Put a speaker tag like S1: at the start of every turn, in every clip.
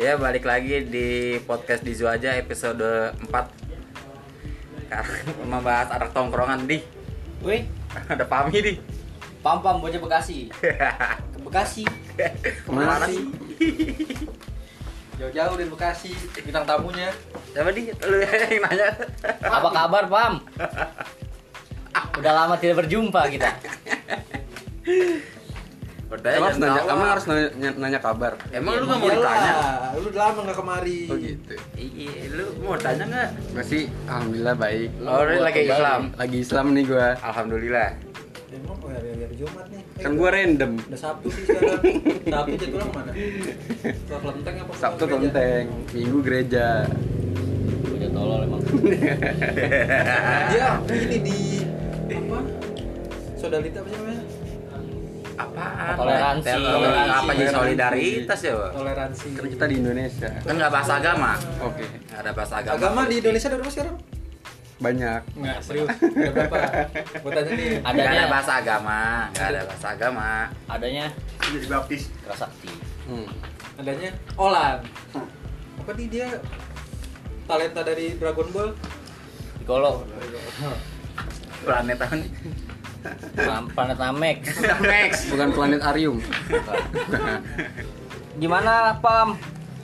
S1: Ya balik lagi di podcast di aja episode 4 Sekarang membahas anak tongkrongan di
S2: Weh,
S1: Ada Pami di
S2: pam pam bocah Bekasi. Ke Bekasi.
S1: Kemana
S2: sih?
S1: sih?
S2: Jauh-jauh dari Bekasi, bintang tamunya.
S1: Siapa di? Lu yang nanya
S2: Apa kabar, Pam? Udah lama tidak berjumpa kita.
S1: Bertanya
S3: emang
S1: Eh, jangan
S3: harus nanya,
S1: ketawa.
S3: emang harus nanya, nanya- nanya kabar.
S1: Emang lu
S2: Iya,
S1: gak mau
S2: iyalah.
S1: ditanya?
S4: lu udah lama gak kemari.
S3: Oh gitu.
S1: Iya, lu mau tanya gak?
S3: Gue sih alhamdulillah baik.
S2: Lu
S1: Oh, lu
S2: buat
S1: lagi
S2: kembali.
S1: Islam
S3: Lagi Islam nih gua.
S1: Alhamdulillah
S4: Emang oh, hari hari Jumat nih. Eh,
S3: Kan gua random.
S4: udah Sabtu sih sekarang. Sabtu jadwal mana? Setelah kelenteng apa? setelah
S3: Sabtu
S4: gereja?
S3: kelenteng, Minggu gereja.
S2: Bocah tolol emang.
S4: Dia Iya, ini di apa? Sodalita apa sih namanya?
S1: Apaan?
S2: Toleransi.
S1: Toleransi. Apa sih
S3: Toleransi.
S1: solidaritas ya? Bang?
S4: Toleransi.
S3: Kan kita di Indonesia.
S1: Kan gak bahas agama
S3: Oke,
S1: Gak ada bahas agama
S4: Agama di Indonesia ada berapa sekarang?
S3: banyak.
S4: Enggak, serius. Ada berapa? Gua tanya
S1: Gak
S4: nih.
S1: ada
S2: Adanya
S1: bahas agama Gak ada bahas agama
S2: adanya
S3: Jadi baptis.
S2: Kerasakti.
S3: Hmm.
S4: Adanya Olan. Apa nih dia? Talenta dari Dragon Ball.
S2: Piccolo,
S1: Planet tahun
S2: Pam- Planet Namek.
S1: Next
S3: Bukan planetarium.
S2: Gimana, Pam?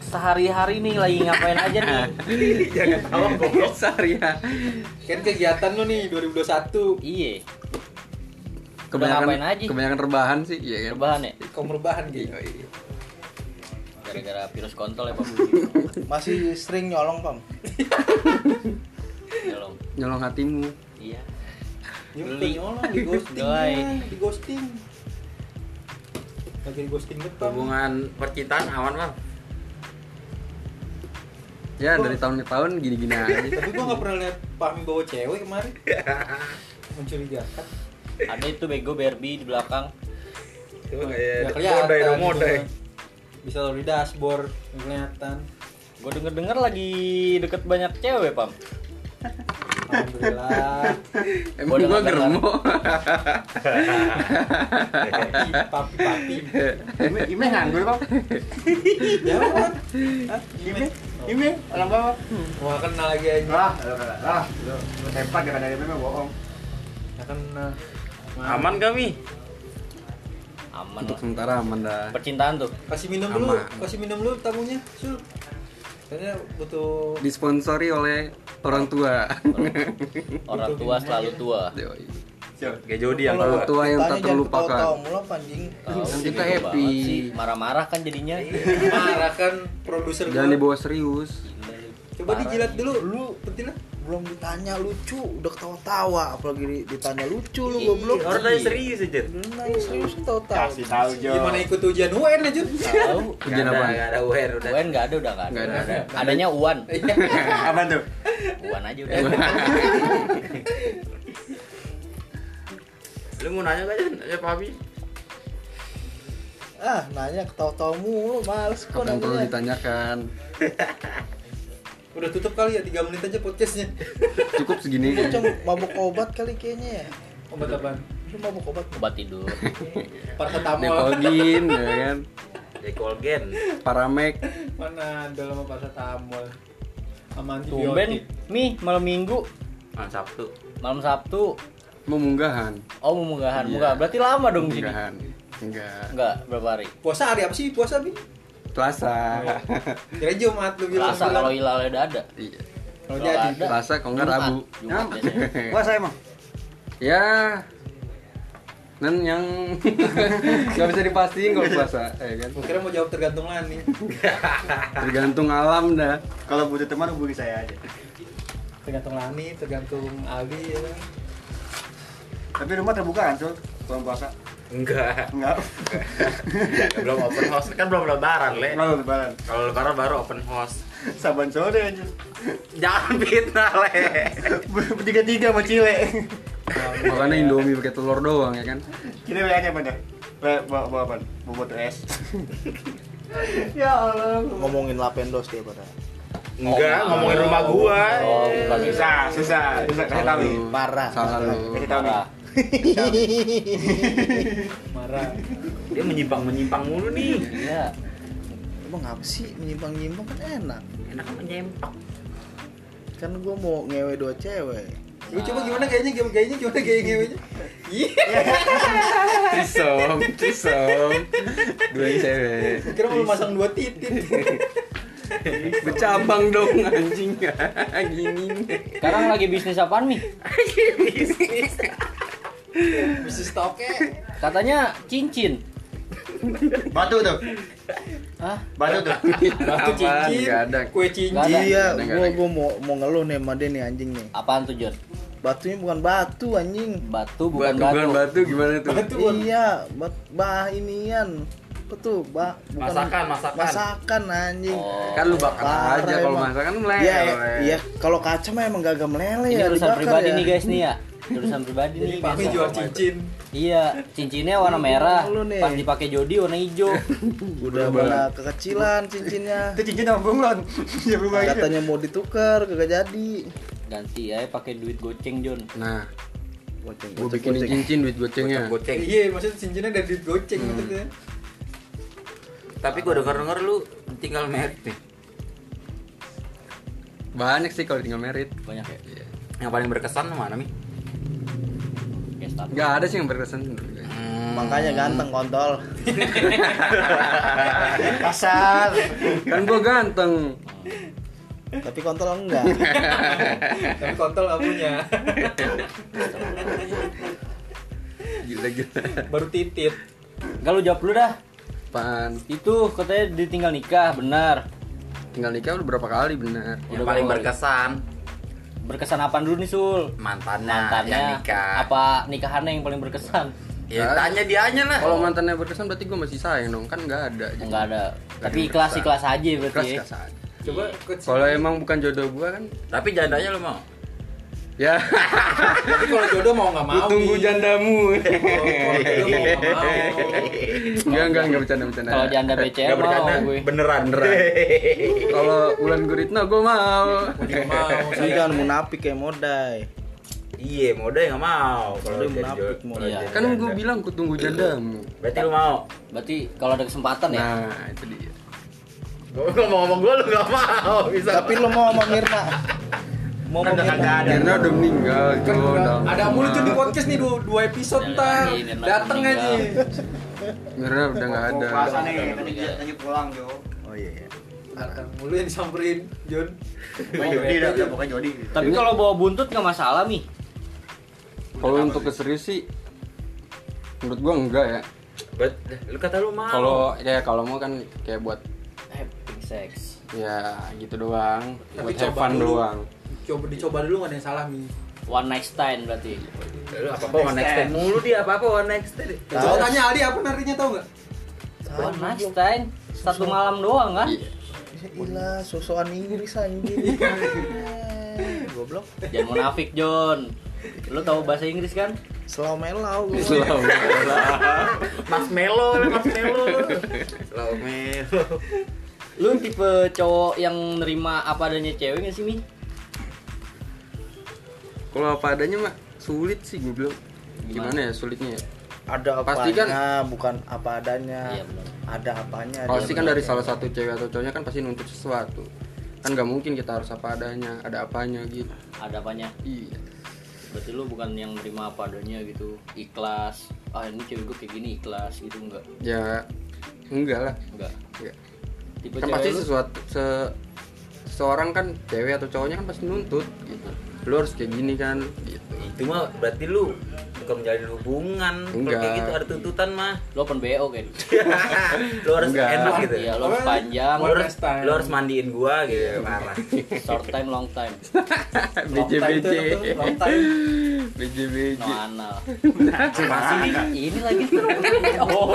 S2: Sehari-hari nih lagi ngapain
S1: Iya,
S2: aja nih?
S3: Jangan tahu goblok sehari ya.
S4: Kan kegiatan lu nih 2021.
S2: Iya, ngapain
S3: Kebanyakan
S2: aja?
S3: kebanyakan rebahan sih, iya kan?
S2: rebahan ya.
S4: Kaum rebahan gitu.
S2: Gara-gara virus kontol ya, Pam.
S5: masih sering nyolong pam
S2: Tolong.
S3: Nyolong hatimu.
S2: Iya. Beli.
S4: Nyolong, nyolong, di ghosting ya,
S2: Doai.
S4: di ghosting Lagi di ghosting betul
S1: Hubungan percintaan awan bang
S3: Ya dari tahun ke tahun gini-gini aja.
S4: Tapi gua gak pernah lihat Fahmi bawa cewek kemarin Mencurigakan
S2: Ada itu bego Barbie di belakang. Oh, iya,
S4: Nggak kelihatan
S1: gitu.
S4: cuma Bisa lo di dashboard nggak kelihatan
S2: Gue denger-denger lagi deket banyak cewek, Pam.
S4: Alhamdulillah
S3: Emang gua
S2: dengar-dengar.
S3: germo.
S4: Papi, papi, papi
S3: Ini nganggur kok.
S4: Ya kan? Hah? Gimana?
S5: ini orang bawa
S4: Wah kenal lagi aja
S5: lah lo lah lo lo tempat gak ada memang bohong
S4: Nggak kenal Nah,
S1: Aman kami
S2: Aman
S3: Untuk
S2: lah.
S3: sementara aman dah.
S2: Percintaan tuh.
S4: Kasih minum dulu,
S3: Aman.
S4: kasih minum dulu tamunya Sul Kayaknya butuh
S3: disponsori oleh orang tua.
S2: Orang tua selalu tua.
S3: Yoi.
S1: Kayak Jody yang
S3: Orang
S1: tua
S3: Iya, tua yang tak terlupakan. Iya.
S5: mulu panjing
S2: Tahu
S3: Yang
S2: sih,
S3: kita
S2: bego
S3: happy.
S2: banget sih. Marah-marah kan jadinya.
S4: marah kan produser
S3: Jangan
S4: gua.
S3: dibawa serius.
S4: Coba
S2: Parah
S4: dijilat
S2: nih.
S4: dulu, lu pentilnya
S5: belum ditanya lucu udah ketawa-tawa apalagi di- ditanya lucu lu
S2: Iya,
S5: goblok
S1: Orang tadi serius aja
S5: Lu nanya serius tahu-tahu
S6: tahu
S4: Gimana ikut ujian UN aja?
S2: Tahu.
S3: Kerjaan
S1: Nggak ada,
S3: apa?
S1: nggak ada UR udah
S2: Uan nggak ada udah nggak ada.
S3: Nggak ada.
S2: Adanya Uan.
S6: apa tuh
S2: Uan aja udah.
S3: Iya.
S1: Lu mau nanya gak Jan? Ya Papi
S5: ah nanya ketawa-tawa mulu males kok
S3: Apa yang perlu
S5: nanya
S3: ditanyakan?
S4: Udah tutup kali ya, 3 menit aja podcastnya
S3: Cukup segini.
S5: Lu cuma mabuk obat kali kayaknya ya
S4: Obat apaan?
S5: lu mabuk obat
S2: Obat tidur.
S4: Paracetamol
S3: Depogin, ya kan?
S1: Ya Colgen
S3: Paramek.
S4: Mana ada lama paracetamol Sama
S2: Tumben
S4: antibiotik
S2: Mi malam Minggu,
S1: Malam Sabtu
S2: malam Sabtu.
S3: Memunggahan.
S2: Oh mau munggahan,
S3: Iya.
S2: munggah. Berarti lama dong di sini.
S3: Memunggahan. Enggak.
S2: Enggak, berapa hari?
S4: Puasa hari apa sih? Puasa, Bi?
S3: Selasa.
S4: Kira Jumat lu bilang
S2: Selasa kalau hilal udah ada.
S3: Iya.
S4: Kalau
S2: nggak
S4: jadi
S2: ada.
S3: Selasa kalau enggak
S2: Jumat.
S3: Rabu.
S2: Jumat biasanya.
S5: puasa emang
S3: Ya. Dan yang nggak bisa dipastiin kalau puasa, ya kan?
S4: Gua kira mau jawab tergantung lah nih
S3: Tergantung alam dah.
S6: kalau butuh teman hubungi saya aja
S4: Tergantung Lani, tergantung Ali ya. kan.
S6: tapi rumah terbuka kan tuh bulan puasa
S1: Enggak
S6: enggak
S1: Belum open house Kan belum lebaran Le
S6: kalau lebaran
S1: Kalau lebaran baru open house
S6: saban sore aja
S1: Jangan fitnah Le
S6: bertiga tiga sama cile
S3: Makanya Indomie pakai telur doang, ya kan?
S6: cile wa nya apa dah Wa- ya? bawa bawa apa bobot es ya allah
S5: ngomongin lapendos dia pada
S1: Enggak ngomongin rumah gua
S2: Oh, bukan.
S6: susah susah susah kasih tahu nih.
S5: Parah.
S3: Salah lu.
S6: kasih tahu nih
S2: Parah.
S4: Marah
S1: Dia menyimpang-menyimpang mulu nih
S2: Iya.
S5: emang ngapa sih menyimpang nyimpang kan enak
S1: enak menyempak
S5: kan gue mau ngewe dua cewek
S4: Lu coba gimana kayaknya gimana kayaknya gimana kayak ngewenya? Iya.
S3: Trisom, trisom. Dua yang cewek.
S4: Kira mau masang dua titik.
S3: Bercabang dong anjing. Gini.
S2: Sekarang lagi bisnis apaan nih?
S4: Bisnis toke.
S2: Katanya cincin.
S6: Batu tuh.
S2: Hah?
S6: Batu tuh.
S4: Batu
S3: Apaan?
S4: cincin.
S3: Nggak ada.
S4: Kue cincin.
S2: Nggak ada.
S5: iya
S3: Nggak ada,
S5: gue
S3: nggak ada.
S5: gue mau mau ngeluh nih sama dia nih anjing nih
S2: Apaan tuh Jor?
S5: batunya bukan batu anjing
S2: Batu
S3: Batu,
S2: bukan batu.
S3: bukan batu gimana tuh?
S4: Batu bukan-
S5: iya bat bah inian apa tuh bah bukan
S1: Masakan, masakan.
S5: masakan anjing
S2: Oh.
S3: Kan lu bakar
S5: Parah
S3: aja kalau
S5: emang.
S3: masakan meleleh.
S5: Iya, iya, iya. Kalau kaca mah emang gagak meleleh
S2: Ini
S5: ya.
S2: urusan
S5: dibakar
S2: pribadi
S5: ya.
S2: nih guys nih ya. Urusan pribadi nih.
S4: Pami
S2: guys.
S4: jual cincin.
S2: Iya, cincinnya warna merah.
S5: Lu nih.
S2: Pas dipakai jodi warna hijau.
S5: Udah mana kekecilan cincinnya.
S6: Itu cincin sama bunglon. Ya belum lagi.
S5: Katanya mau ditukar, kagak jadi.
S2: Ganti ya pakai duit goceng Jon.
S3: Nah,
S5: Goceng,
S3: gua
S5: goceng,
S3: bikinin
S5: goceng.
S3: cincin duit gocengnya.
S1: goceng
S4: Iya, maksudnya cincinnya dari duit goceng
S3: Hmm.
S4: maksudnya.
S1: tapi gua denger denger lu tinggal merit nih
S3: Banyak sih kalau tinggal merit.
S2: Banyak ya.
S1: yang paling berkesan lu mana mi
S2: Kayak start.
S3: Gak ada sih yang berkesan.
S5: Makanya ganteng kontol.
S6: Kasar.
S3: Kan gua ganteng.
S5: Tapi kontol enggak.
S4: Tapi kontol nggak punya.
S3: Gila gila.
S4: Baru titit.
S2: Enggak lu jawab dulu dah.
S3: Pan
S2: Itu katanya ditinggal nikah, benar.
S3: tinggal nikah udah berapa kali benar?
S1: yang
S2: Udah
S1: paling
S2: bawa-
S1: berkesan
S2: Berkesan apaan dulu nih Sul?
S1: mantannya, Ah, yang
S2: Mantannya
S1: nikah
S2: apa nikahannya yang paling berkesan?
S1: ya tanya dianya lah
S3: Kalau mantannya berkesan berarti gua masih sayang dong, kan nggak ada. Jadi
S2: Enggak ada.
S3: ada
S2: Tapi
S3: yang
S2: kelas
S3: berkesan.
S2: kelas aja berarti. ya.
S3: Keras aja.
S4: Coba ikut
S3: Kalau emang bukan jodoh gua kan,
S1: tapi jandanya lu mau
S3: ya
S4: Tapi kalau jodoh mau nggak mau.
S3: tunggu
S4: nih.
S3: jandamu.
S4: Kalau jodoh mau nggak mau.
S3: Enggak enggak enggak bercanda bercanda.
S2: Kalau janda
S3: Ya,
S2: BCL
S1: Nggak
S2: mau
S1: bercanda
S2: gue.
S1: beneran beneran
S3: Kalau Ulan Guritno gua mau.
S4: Nggak mau.
S5: Ini kan munafik kayak modai.
S1: iya mode nggak mau kalau
S5: Dia
S1: jadi
S5: munafik,
S1: jodoh.
S5: mau.
S1: Kalau
S2: Iya.
S1: jadi
S3: Kan gua
S1: janda.
S3: bilang ku tunggu jandamu.
S1: berarti lu mau
S2: Berarti kalau ada kesempatan
S4: Kan
S2: ya.
S3: Nah, itu dia.
S1: Gua gua mau ngomong gua lu nggak mau bisa
S5: Tapi lo mau sama Mirna. Mau sama
S1: Kagak
S5: Mirna.
S1: ada.
S3: Mirna udah meninggal, Jon. udah
S4: Kan Ada mulu tuh di
S3: lama.
S4: podcast nih dua, dua episode
S1: Iya,
S4: ntar
S2: Jalan lagi, biar
S4: Dateng
S2: nonton
S4: aja
S3: Mirna udah nggak ada.
S6: Tanya pulang, Jo.
S5: Oh iya. iya.
S4: Dateng mulu yang disamperin John
S6: Pokoknya Jody dah, udah, pokoknya Jody. gitu.
S2: Tapi kalau bawa buntut nggak masalah mi.
S3: Kalau untuk keserius sih, menurut gua enggak ya.
S1: Bet, lu kata lu mau
S3: Kalau ya kalau mau kan kayak buat
S2: Having sex.
S3: ya gitu doang,
S4: Tapi
S3: buat have
S4: coba
S3: fun
S4: dulu.
S3: doang.
S4: Coba dicoba dulu gak ada yang salah Mi
S2: One night stand berarti.
S1: lu apa apa one next
S2: Eh.
S1: time mulu dia apa apa one next time
S4: Coba tanya Aldi apa narinya tau gak?
S2: One night stand satu malam doang kan?
S3: Iya.
S5: Gila, sosokan Inggris anjing.
S2: Iya.
S5: Eh, Goblok.
S2: Jangan munafik John. Lu tahu bahasa Inggris kan?
S5: Selamelau gue.
S3: Islam.
S4: Iya.
S1: mas melo
S6: eh,
S1: lah, mas melo lo melo
S2: Lu tipe cowok yang nerima apa adanya cewek nggak sih mi?
S3: Nah. Kalau apa adanya mah sulit sih gue bilang. Gimana ya sulitnya ya?
S5: Ada
S3: Pasti kan-
S5: apanya, bukan apa adanya.
S2: Iya, benar.
S5: Ada apanya. ada
S3: Pasti kan
S5: apanya.
S3: dari salah satu cewek atau cowoknya kan pasti nuntut sesuatu. Kan nggak mungkin kita harus apa adanya, ada apanya gitu.
S2: Ada apanya?
S3: Iya.
S2: Berarti lu bukan yang nerima apa adanya gitu. Ikhlas. Ah ini cewek gue kayak gini ikhlas gitu enggak?
S3: Ya enggak lah.
S2: Enggak.
S3: Enggak.
S2: Tipe
S3: Kan
S2: cewek
S3: pasti
S2: lu
S3: sesuatu se- seseorang kan cewek atau cowoknya kan pasti nuntut gitu. Lu harus kayak gini kan gitu.
S1: itu mah berarti lu bukan menjalin hubungan kalau
S3: Enggak.
S1: kayak gitu ada tuntutan mah
S2: lu open BO kan?
S1: lu harus
S3: Enggak.
S1: enak gitu
S2: Iya, lu harus
S4: Apa?
S2: panjang,
S1: lu
S4: One
S1: harus
S4: next time.
S1: lu harus mandiin gua gitu parah
S2: short time long time.
S3: BJ
S4: Long time tuh,
S3: BJ.
S4: tuh, long time.
S3: BJ BJ.
S2: No anal.
S1: apa sih ini
S2: Ini lagi
S4: Nah,
S1: oh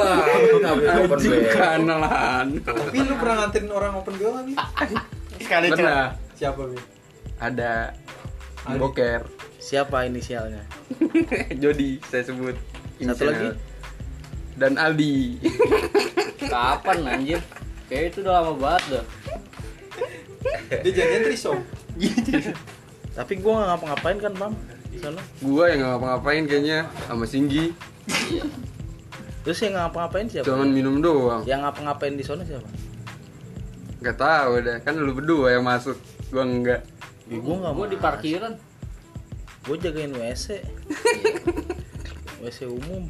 S1: nggak boleh open
S3: Anjing
S1: BO.
S3: kanalan.
S4: Tapi lu pernah nganterin orang open girl gak Mi?
S6: Sekali cek.
S3: Pernah
S4: Siapa Mi?
S3: ada boker
S5: Siapa inisialnya?
S3: Jody saya sebut
S5: Satu
S3: Inisial.
S5: lagi?
S3: dan Aldi
S2: Kapan anjir? Kayak itu udah lama banget dah.
S4: Dia janjian trisom
S5: Tapi gua nggak ngapa-ngapain kan, Pam? Di Sana.
S3: gua yang nggak ngapa-ngapain kayaknya sama Singgi
S5: Terus yang ngapa-ngapain siapa?
S3: cuman minum doang
S5: Yang ngapa-ngapain di sana siapa?
S3: Gak tahu deh, kan lu berdua yang masuk. Gua enggak.
S5: Ya, gue nggak
S2: Gua di parkiran.
S5: Gue jagain WC. WC umum.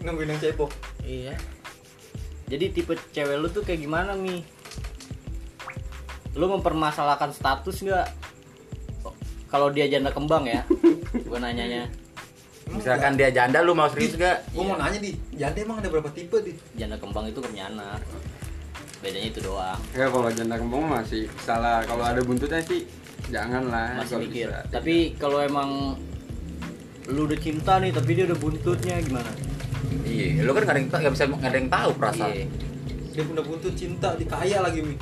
S4: nungguin yang cebok
S5: Iya.
S2: Jadi tipe cewek lu tuh kayak gimana Mi? Lu mempermasalahkan status nggak? Kalau dia janda kembang ya, gue nanyanya
S1: Misalkan dia janda lu mau serius gak?
S4: Gua mau nanya di, janda emang ada berapa tipe di?
S2: janda kembang itu kemana? Bedanya itu doang.
S3: Ya kalau janda kembang masih salah. Kalau ada buntutnya sih jangan lah.
S2: Masih
S3: Ah, kalau
S2: mikir.
S3: bisa.
S2: Tapi kalau emang lu udah cinta nih, tapi dia udah buntutnya gimana?
S1: Iya, lu kan gak ada yang, ta- nggak bisa gak ada yang tahu perasaan.
S2: Iya.
S4: Dia punya butuh cinta di kaya lagi mi.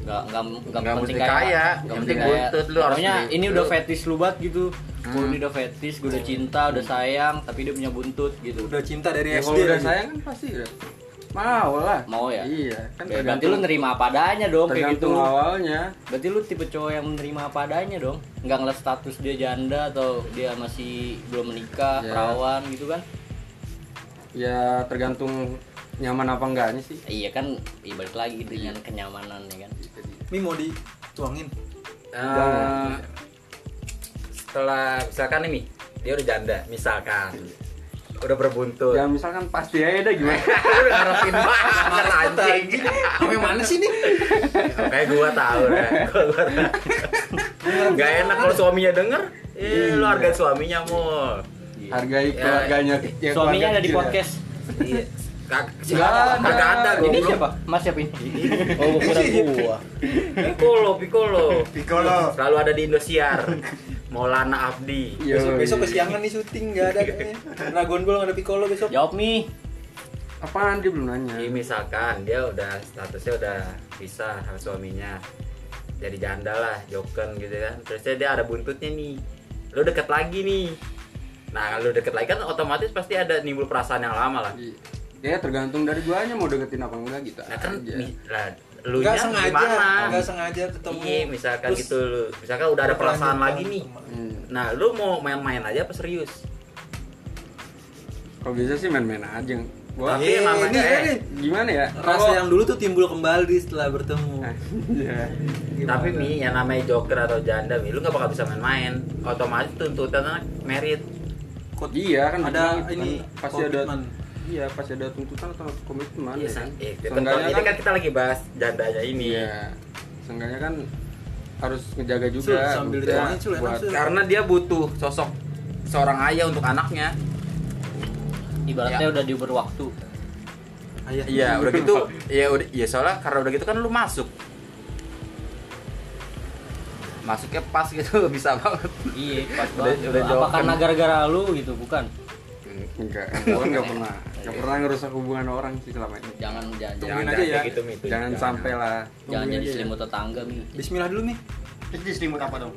S2: Nggak, nggak, nggak,
S1: Nggak
S2: penting
S1: mesti
S2: kaya.
S1: kaya,
S2: Nggak
S1: yang
S2: penting
S1: penting
S2: kaya.
S1: buntut, lu harus
S2: Pokoknya
S1: beli
S2: ini
S1: buntut.
S2: udah fetish lu banget gitu.
S1: Hmm. Iya.
S2: Gua ini udah fetish, gue udah cinta, udah sayang, tapi dia punya buntut gitu.
S1: Kan
S4: Udah cinta dari
S3: Ya,
S4: SD.
S3: kalau udah
S4: lagi.
S3: sayang kan pasti udah mau lah.
S2: Mau ya?
S3: Iya, kan
S2: Ya, berarti lu nerima apa adanya dong kayak gitu.
S3: tergantung awalnya.
S2: Berarti lu tipe cowok yang menerima apa adanya dong. Nggak ngeliat status dia janda atau dia masih belum menikah,
S1: Iya.
S3: Ya.
S2: perawan gitu kan.
S3: Ya tergantung nyaman apa enggaknya sih.
S2: Iya kan, ya balik lagi dengan
S1: Iya.
S2: kenyamanan ya kan.
S4: Mi mau dituangin.
S1: Eh, setelah misalkan ini dia udah janda, misalkan udah berbuntut.
S3: Ya misalkan pasti aja dah gimana.
S1: Lu udah ngarepin banget anjing.
S4: Sampai mana sih nih?
S1: Kayak gua tahu ya. Gak enak kalau suaminya denger. Eh, lu harga suaminya mul. Ya,
S3: Hargai keluarganya. ya, keluarga
S2: Iya. Suaminya ada di
S3: kecil ya.
S2: podcast.
S1: Iya. Kag-
S3: Nggak ada.
S1: Kagak ada.
S3: Ini
S1: goblok.
S2: Siapa? Mas siapa ini?
S5: Oh, kira gua.
S1: Piccolo, Piccolo.
S6: Piccolo.
S1: Selalu ada di Indosiar. Maulana Abdi.
S3: Iya.
S4: Besok besok kesiangan nih syuting nggak ada kayaknya. Dragon Ball nggak ada Piccolo
S1: Ya,
S4: besok.
S2: Jawab Mi.
S3: Apaan dia belum nanya?
S2: Iya,
S1: Jadi misalkan dia udah statusnya udah pisah sama suaminya jadi janda lah, joken gitu kan. Terusnya dia ada buntutnya nih. Lu deket lagi nih. Nah, kalau lu deket lagi kan otomatis pasti ada nimbul perasaan yang lama lah.
S3: Iya. Ya tergantung dari guanya mau deketin apa enggak gitu
S1: Nah, kan
S3: aja.
S1: mi- lah, lu
S4: Nggak
S1: nya
S4: sengaja,
S1: gimana?
S4: nggak sengaja ketemu.
S1: Iya, misalkan
S4: Terus
S1: gitu lu. Misalkan udah ada perasaan lagi nih.
S3: Hmm.
S1: Nah, lu mau main-main aja apa serius?
S3: Kalau bisa sih main-main aja. Gua eh,
S1: Tapi
S4: Iya,
S1: emang
S4: ini
S1: ada,
S4: ini.
S3: gimana ya?
S4: Rasa yang dulu tuh timbul kembali setelah bertemu.
S3: Iya.
S4: Gimana?
S1: Ah, Tapi Mi, yang namanya joker atau janda, Mi, lu nggak bakal bisa main-main. Otomatis tuntutannya merit.
S4: Kot-
S3: Iya kan
S4: ada
S3: bilang gitu
S4: ini
S3: kan. pasti ada
S4: komitmen.
S3: iya pasti ada tuntutan atau komitmen
S1: Iya,
S3: ya
S1: San.
S3: kan.
S1: Eh,
S3: Seenggaknya
S1: ini kan kita lagi bahas jandanya ini.
S3: iya. Seenggaknya kan harus ngejaga juga
S4: Sul, sambil
S3: buat-
S4: ditolongin, Sul, enak,
S3: buat
S4: Sul.
S1: Karena dia butuh sosok seorang ayah untuk anaknya.
S2: Ibaratnya
S1: Ya.
S2: udah diberi waktu.
S4: Ayah.
S1: Iya, udah gitu. Iya, udah ya soalnya karena udah gitu kan lu masuk. Masuknya pas gitu bisa banget.
S2: Iya, pas
S1: Udah-
S2: banget.
S1: udah
S2: Apa
S1: jawab.
S2: karena gara-gara lu gitu, bukan?
S3: enggak gua enggak pernah enggak pernah ngerusak hubungan orang sih selama ini.
S2: Jangan jangan jangan,
S4: Tungguin
S1: jangan
S4: aja ya.
S1: kayak gitu, Mi, itu.
S3: Jangan sampai lah
S2: jangan
S3: Tungguin
S2: jadi
S3: aja. ya.
S2: selimut tetangga Mi.
S4: Bismillah dulu nih.
S6: Terus di selimut apa dong?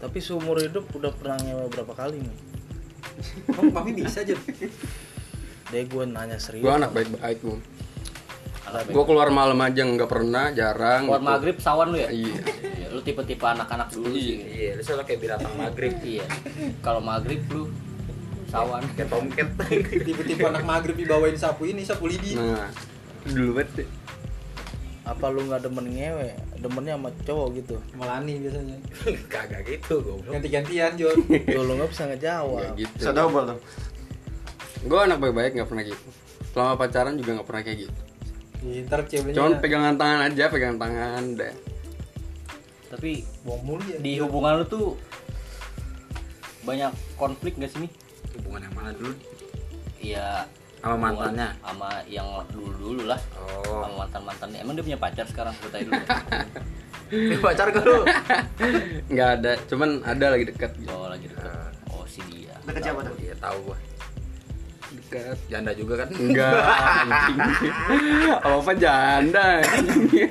S5: Tapi seumur hidup udah pernah nyewa berapa kali nih?
S4: Kamu pasti Oh, bisa aja.
S5: Deh gue nanya serius.
S3: gua anak baik-baik gua.
S2: Anak
S3: Gua keluar malam aja nggak pernah, jarang.
S2: Keluar
S3: gitu.
S2: ya? maghrib sawan lu ya?
S3: Iya.
S2: Iya, lu tipe-tipe anak-anak dulu sih.
S1: Iya, lu soalnya kayak binatang maghrib,
S2: Iya. Kalau maghrib lu sawan.
S1: kayak tomcat.
S4: Tipe-tipe anak maghrib dibawain sapu ini, sapu lidi.
S3: Nah, dulu banget. deh.
S5: Apa lu nggak demen ngewe? Demennya sama cowok gitu.
S4: Melani biasanya.
S1: Kagak gitu, goblok.
S4: Ganti-gantian, Jon.
S5: Lu lu nggak bisa ngejawab.
S3: Nggak gitu.
S6: Bisa double dong.
S3: Gue anak baik-baik nggak pernah gitu. Selama pacaran juga nggak pernah kayak gitu.
S4: Ih, Ntar
S1: Iya.
S4: ceweknya
S3: Cuman pegangan tangan aja, pegangan tangan deh.
S2: Tapi
S4: bom mulu ya.
S2: di hubungan lu tuh banyak konflik gak sih Mi?
S1: Hubungan yang mana dulu?
S2: Iya.
S1: Sama mantannya.
S2: Sama yang dulu-dulu lah.
S1: Oh.
S2: Sama mantan-mantannya. Emang dia punya pacar sekarang? Gue tanya dulu.
S1: Ini pacar gak lu?
S3: Nggak ada, cuman ada lagi gitu. dekat.
S2: ya. Oh, lagi deket. Oh, si dia.
S6: Deket siapa dong?
S1: Iya, tahu gua.
S3: Dekat.
S1: Janda juga kan?
S3: Enggak. anjing. Apa janda? anjing.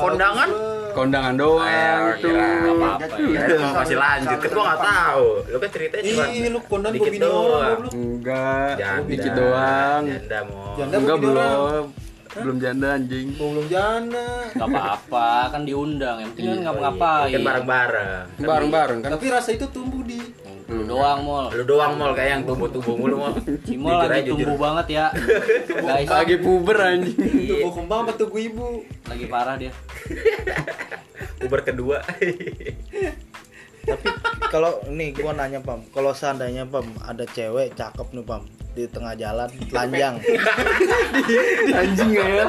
S1: Kondangan?
S3: Kondangan doang
S1: Ayo,
S3: tuh.
S1: kira. Eh, iya, Nggak
S6: apa-apa ya.
S1: Kirain lu masih lanjut, kan gua nggak tahu. Lu kan ceritanya cuma
S4: Ih, lu kondan gua
S1: dikit
S4: bini orang,
S1: doang.
S4: goblok.
S3: Enggak,
S1: Janda.
S3: dikit doang.
S1: Janda mau.
S4: Janda.
S3: Enggak
S4: bini orang.
S3: belum. Belum janda anjing.
S4: Gua belum jana.
S2: Gak apa-apa, kan diundang. Yang penting kan
S3: Iya,
S2: ngapa-ngapain.
S1: Kan bareng-bareng.
S3: Bareng-bareng kan.
S4: Tapi rasa itu tumbuh di
S2: Lu doang mall.
S1: Lu doang mall kayak yang tumbuh-tumbuh mulu mall.
S2: Cimol
S1: Jujur aja,
S2: lagi tumbuh
S1: jujur.
S2: banget ya. Guys,
S3: Lagi puber anjing.
S1: Iya,
S4: Tubuh kembang apa tubuh ibu?
S2: lagi parah dia.
S1: Uber kedua.
S5: tapi kalau nih gua nanya pam kalau seandainya pam ada cewek cakep nih pam di tengah jalan telanjang
S3: Anjing nggak ya.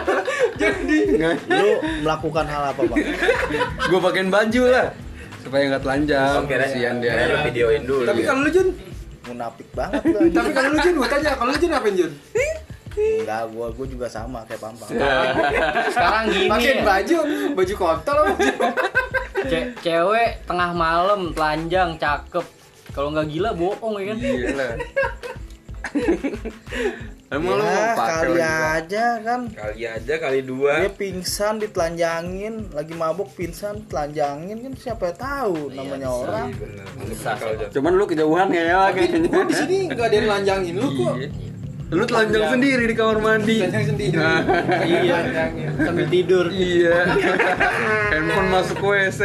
S3: Jadi
S5: lu melakukan hal apa pam
S3: gue pakein baju lah supaya nggak telanjang.
S1: Oke,
S3: Kasihan dia.
S1: Lu videoin dulu.
S4: Tapi
S1: ya.
S4: kalau lu Jun,
S5: munafik banget lu
S4: tapi kalau lu Jun, gua tanya kalau lu Jun ngapain Jun?
S5: enggak gua gua juga sama kayak pam pam
S2: Sekarang gini.
S4: Pakein
S2: ya.
S4: baju, baju kontol apa?
S2: Ce- cewek tengah malam telanjang cakep. Kalau nggak gila bohong ya kan?
S3: Iya lah. Emang lu
S5: ya
S3: mau pakai
S5: kali
S3: baju apa?
S5: aja kan
S1: kali aja kali dua.
S5: dia pingsan ditelanjangin lagi mabuk pingsan telanjangin kan siapa yang tahu namanya orang
S1: Iya, bener. Masuk
S2: Susah,
S1: akal,
S2: sih.
S1: Jon.
S3: Cuman lu kejauhan ya ya kayaknya.
S4: Gua di sini nggak ada yang lanjangin lu kok.
S3: Iya. Lu telanjang sendiri di kamar mandi.
S4: Lanjang sendiri.
S3: Nah,
S4: Iya.
S2: Sambil tidur.
S3: iya. Handphone masuk WC.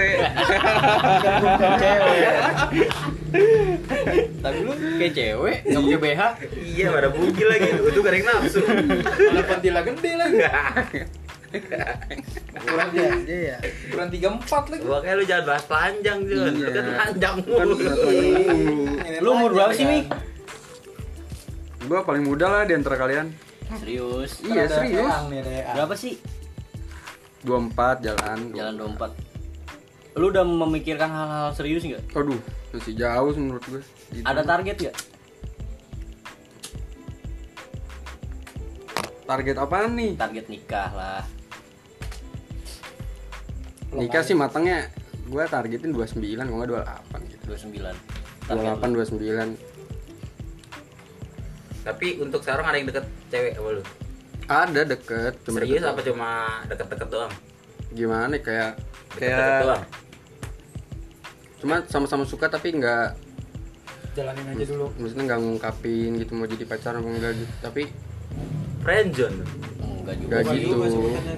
S2: Tapi lu kayak cewek, nggak pakai BH.
S1: Iya, pada bugil lagi. Itu kering nafsu.
S4: Kalau pentila gede lagi. Ukuran
S5: Iya, iya, iya.
S4: ukuran tiga empat lagi.
S1: Gua kayak lu jangan bahas telanjang, Jun. Lu kan
S3: Iya.
S1: telanjang
S3: Kan
S1: mulu.
S3: nggak telanjang mulu.
S2: Lu umur berapa
S4: ya.
S2: sih, Mi?
S4: Iya,
S3: Gua paling muda lah di antara kalian.
S2: Serius.
S3: Iya, serius. Ya.
S2: Berapa sih?
S3: 24 jalan.
S2: Jalan dompat. Lu udah memikirkan hal-hal serius nggak?
S3: Aduh, masih jauh sih menurut gue. Gitu.
S2: Ada target nggak?
S3: target apaan nih?
S2: Target nikah lah.
S3: Nikah sih matangnya gue targetin 29 kalau nggak 28 gitu.
S2: 29. Target
S3: 28 29.
S1: Tapi untuk sekarang ada yang deket cewek apa lu?
S3: Ada deket, cuma
S1: Serius
S3: deket
S1: apa cuma deket-deket doang?
S3: gimana ya, kayak
S1: Deket-deket
S3: kayak
S1: doang.
S3: cuma sama-sama suka tapi nggak
S4: Jalanin aja dulu.
S3: maksudnya nggak ngungkapin gitu mau jadi pacar apa enggak gitu tapi
S1: Friendzone.
S2: Enggak juga.
S3: nggak gitu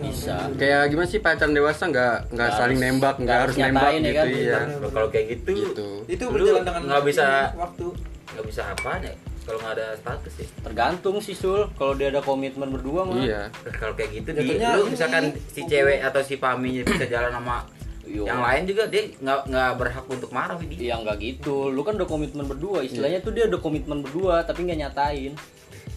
S2: Bisa.
S3: kayak gimana sih pacaran dewasa nggak nggak
S2: Nggak
S3: saling
S2: harus-
S3: nembak
S2: nggak
S3: nggak harus
S2: harus
S3: nembak
S2: nyatain ya
S3: gitu
S2: kan?
S3: iya
S1: Lu Kalau kayak gitu,
S3: gitu
S4: Itu
S1: Lu
S4: berjalan dengan
S1: nggak bisa-
S4: waktu.
S1: nggak bisa apa ya? Kalau nggak ada status ya.
S2: Tergantung sih Sul, kalau dia ada komitmen berdua mah.
S3: iya
S1: Kalau kayak gitu, di,
S4: Jatuhnya
S1: lu
S4: ini.
S1: misalkan si cewek atau si paminya bisa jalan sama
S2: Yo.
S1: yang lain juga dia nggak nggak berhak untuk marah Widi.
S2: Iya nggak gitu, lu kan udah komitmen
S3: Iya.
S2: berdua, istilahnya tuh dia udah komitmen berdua tapi nggak nyatain.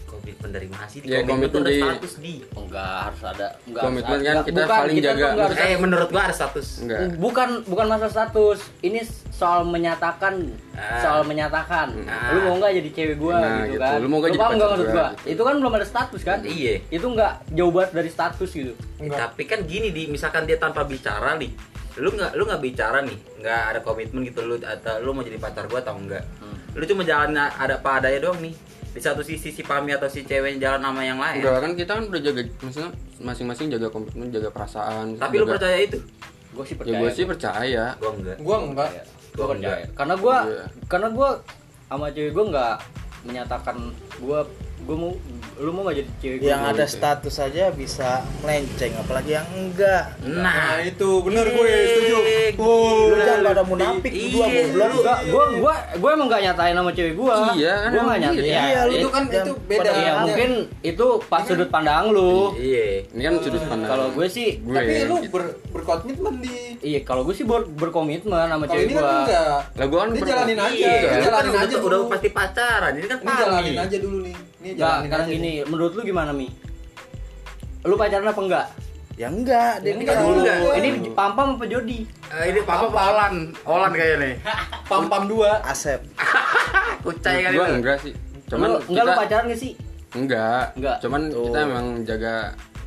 S1: Komitmen dari mana sih? Di
S3: Iya,
S1: komitmen tuh ada
S3: komitmen di-
S1: status di.
S2: Enggak harus ada, enggak
S3: Komitmen
S2: harus
S3: kan
S2: ada.
S3: kita
S2: bukan,
S3: saling
S2: kita tuh
S3: jaga.
S2: nggak harus
S1: Eh menurut gua ada status.
S3: enggak
S2: bukan bukan masalah status, ini soal menyatakan,
S1: Ah.
S2: soal menyatakan.
S1: Ah.
S2: Lu mau nggak jadi cewek gua
S3: Nah,
S2: gitu
S3: gitu.
S2: kan?
S3: Lu mau nggak jadi
S2: paham nggak
S3: pacar
S2: maksud
S3: gua,
S2: gua?
S3: gitu.
S2: Itu kan belum ada status kan?
S1: Iya.
S2: Itu nggak jauh banget dari status gitu.
S1: Tapi kan gini di misalkan dia tanpa bicara nih, lu nggak lu nggak bicara nih, nggak ada komitmen gitu lu atau lu mau jadi pacar gua atau enggak. Lu cuma jalan na- ada apa adanya doang nih. Di satu sisi si Pami atau si cewek jalan sama yang lain.
S3: enggak kan kita kan udah jaga maksudnya masing-masing jaga komitmen jaga perasaan
S1: Tapi
S3: jaga,
S1: lu percaya itu?
S2: Gua sih
S3: ya
S2: percaya.
S3: gue sih percaya
S1: Gua enggak.
S4: Gua enggak.
S2: gue
S1: Gua
S2: percaya
S1: enggak.
S2: karena gue
S3: Iya.
S2: karena gue sama cewek gue nggak menyatakan gue gue mau lu mau gak jadi cewek gue
S5: yang ada status aja bisa melenceng apalagi yang enggak
S1: Nah,
S4: Nah, itu bener gue setuju.
S1: Eh,
S4: Wow.
S5: lu jangan pada munafik lu dua
S1: Iya,
S5: goblok
S1: lu-
S2: gue gue gue emang gak nyatain sama cewek gue
S3: Iya, kan
S2: gue nggak
S3: emang
S2: nyatain
S3: iya.
S5: iya lu
S2: itu
S4: itu kan
S5: jangan
S4: itu beda.
S5: pada-
S2: ya mungkin itu pas sudut pandang lu
S1: Iya.
S3: ini kan sudut pandang
S2: kalau gue sih
S3: gue
S4: Tapi lu
S3: gitu.
S4: ber, berkomitmen di
S2: iya kalau gue sih ber- berkomitmen sama
S4: kalau
S2: cewek
S4: ini kan
S2: gue
S4: enggak.
S3: lah gue kan
S4: Dia
S3: pernah-
S4: jalanin aja,
S1: Iya,
S4: dia
S1: lu kan
S4: jalanin
S1: udah-
S4: aja
S1: udah
S4: dulu.
S1: pasti pacaran. Ini kan
S4: Ini
S1: Pami.
S4: jalanin aja dulu nih. Ini
S2: nggak
S4: jalanin
S2: sekarang
S4: aja.
S2: gini menurut lu gimana mi lu pacaran apa enggak
S5: ya enggak dia
S4: Yang
S5: bilang,
S4: kan enggak.
S5: "Lu
S2: ini pampam apa jody
S1: Eh, ini papa apa Olan? Olan kayaknya nih.
S4: Pam pam dua.
S5: Asep
S1: Kucai kali.
S3: gue
S1: kan? lu.
S3: enggak sih cuman
S2: Cuman lu, enggak lu
S3: kita-
S2: pacaran gak sih
S3: Enggak.
S2: Enggak.
S3: Cuman kita emang jaga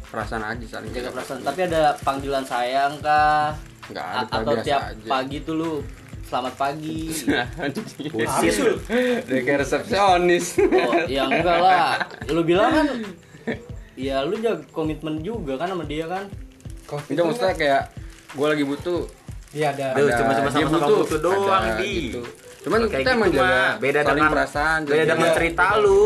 S3: perasaan aja saling.
S2: jaga perasaan tapi ada panggilan sayang kah
S3: Enggak ada
S2: A-
S3: Pak,
S2: atau
S3: biasa
S2: tiap
S3: aja.
S2: pagi tuh lu selamat pagi
S4: Habis lu.
S3: Dia kayak resepsionis.
S2: oh ya enggak lah lu bilang kan ya lu jaga komitmen juga kan sama dia kan
S3: Enggak maksudnya kayak gue lagi butuh.
S4: Iya ada.
S1: Aduh,
S3: ada-
S1: cuma-cuma
S3: dia
S1: sama-sama butuh doang,
S3: ada
S1: Di.
S3: gitu. Cuman
S1: Kayak
S3: kita emang
S1: gitu
S3: jaga
S1: mah. beda
S3: saling
S1: dengan
S3: perasaan.
S1: Beda
S3: jaga- ya.
S1: dengan cerita lu.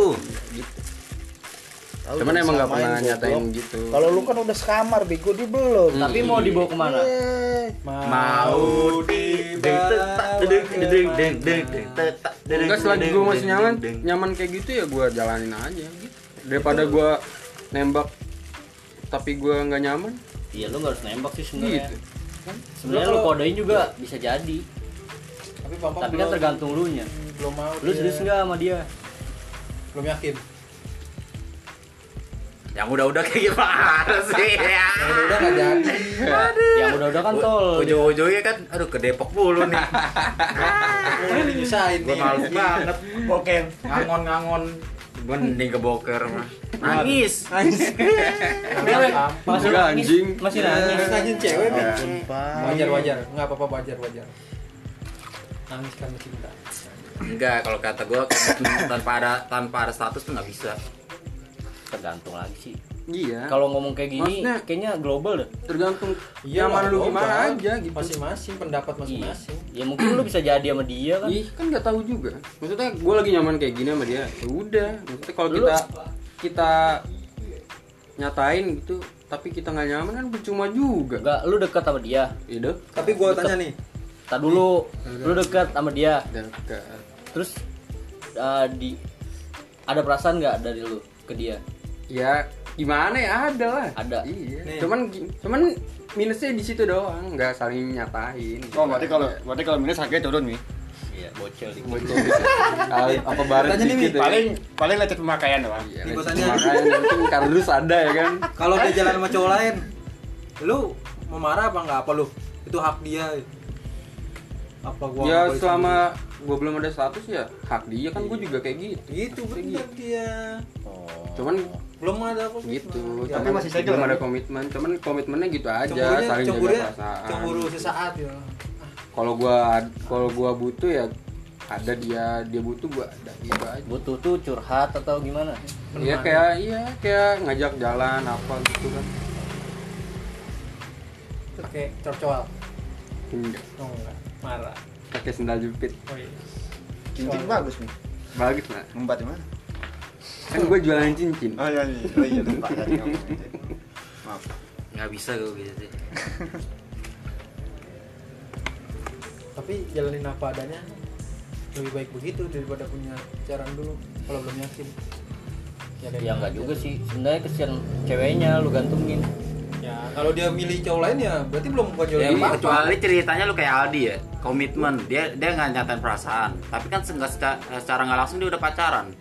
S5: tahu
S3: Cuman
S5: dia
S3: emang nggak pernah
S5: disamain, kan goblok.
S3: nyatain gitu.
S5: kalau lu kan udah sekamar bego dia belum
S4: Iya.
S2: tapi mau dibawa kemana
S5: Eh,
S1: Mau di
S3: Enggak
S1: Enggak
S3: selagi gue masih nyaman, nyaman kayak gitu ya gue jalanin aja. gitu. Daripada gue nembak tapi gue nggak nyaman.
S2: Iya lu gak harus nembak sih sebenarnya.
S3: Gitu.
S2: Sebenarnya
S4: Iya. Lu
S2: lu
S4: kalau- Iya.
S2: kodein juga bisa jadi.
S4: Tapi papa
S2: Tapi kan
S4: belum-
S2: tergantung lu nya.
S4: belum mau.
S2: Lu
S4: dia.
S2: serius
S3: Iya.
S2: nggak sama dia?
S4: Belum yakin.
S1: Yang udah-udah kayak gimana sih? Ya.
S4: Udah enggak jadi.
S2: Yang udah-udah kan tol.
S1: Ujung-ujungnya kan aduh ke Depok mulu nih.
S4: Ini dipisahin
S1: Gue
S4: nih.
S1: malu banget boker ngangon-ngangon. Mending ke boker mah. Nangis.
S3: Iya. Enggak,
S2: Masih nangis,
S3: anjing. Iya.
S2: Masih nangis.
S4: Nangis nangis cewek Bi.
S5: Ampun, Pak.
S4: Wajar wajar. Enggak apa-apa wajar wajar. Nangis karena cinta.
S1: Enggak, kalau kata gue komitmen tanpa ada tanpa ada status tuh nggak bisa.
S2: Tergantung lagi sih.
S3: Iya.
S2: Kalau ngomong kayak gini,
S3: Maksudnya-
S2: kayaknya global deh.
S3: tergantung
S4: Iya,
S3: nyaman lu
S4: lah,
S3: gimana
S4: global.
S3: aja gitu.
S4: Masing-masing pendapat
S2: Iya.
S4: masing-masing.
S2: Ya mungkin lu bisa jadi sama dia kan.
S3: Ih, kan nggak tahu juga. Maksudnya gue lagi nyaman kayak gini sama dia. Ya udah. Maksudnya kalau
S2: Lu-
S3: kita kita nyatain gitu, tapi kita nggak nyaman kan percuma juga. Iya,
S2: Enggak, lu dekat sama dia.
S3: Ide.
S4: Tapi gua tanya nih,
S2: Tadi dulu
S3: Hmm.
S2: lu dekat sama dia.
S3: Dekat.
S2: Terus uh, di ada perasaan nggak dari lu ke dia?
S3: Ya gimana ya ada lah.
S2: Ada.
S3: Iya.
S4: Nih.
S3: Cuman gi- cuman minusnya di situ doang, nggak saling nyatain.
S6: Oh, berarti kalau berarti kalau minus harganya turun nih.
S2: Iya, bocil dikit.
S3: Bocor. Ah, apa barang
S4: Tanya nih, Mi,
S3: dikit ya.
S6: Paling paling lecet pemakaian doang.
S3: Iya,
S4: Nih, gua tanya.
S3: makanya nanti kardus ada ya kan.
S4: kalau dia jalan sama cowok lain, lu mau marah apa enggak apa lu? Itu hak dia. Apa gua
S3: ya
S4: nggak boleh
S3: selama gue belum ada status ya hak dia kan gue juga kayak gitu
S4: sendiri? gitu
S3: Kayak
S4: bener dia.
S3: cuman
S4: Belum ada apa
S3: gitu
S4: Ya,
S3: tapi
S6: masih segel,
S3: belum
S6: kan?
S3: ada komitmen cuman komitmennya gitu aja
S4: cemburunya,
S3: saling jaga
S4: cemburunya,
S3: perasaan
S4: cemburu sesaat ya.
S3: kalau gua kalau gua butuh ya ada dia dia butuh gua ada gitu aja
S2: Butuh tuh curhat atau gimana?
S3: ya kayak iya kayak ngajak jalan apa gitu kan
S4: Pakai cowok
S3: Enggak.
S4: Oh, enggak. Marah.
S3: pakai sendal jepit
S4: Oh iya.
S6: Cincin bagus nih.
S3: bagus lah
S6: Membat di mana?
S3: kan gua jualan cincin
S6: Oh iya, iya, oh, iya lupa tadi ngomong. Maaf.
S1: Nggak bisa gue gitu sih.
S4: Tapi jalanin apa adanya lebih baik begitu daripada punya pacaran dulu kalau belum yakin. kayak
S2: Ya nggak
S3: Hmm.
S4: gitu.
S2: juga sih. Sebenarnya kesian ceweknya lu gantungin.
S4: Ya, kalau dia milih cowok lain ya berarti belum bukan jodoh
S1: Ya,
S4: apa-apa.
S1: kecuali ceritanya lu kayak Aldi ya, komitmen. Dia dia nggak nyatain perasaan, tapi kan se- nggak seca- secara nggak langsung dia udah pacaran.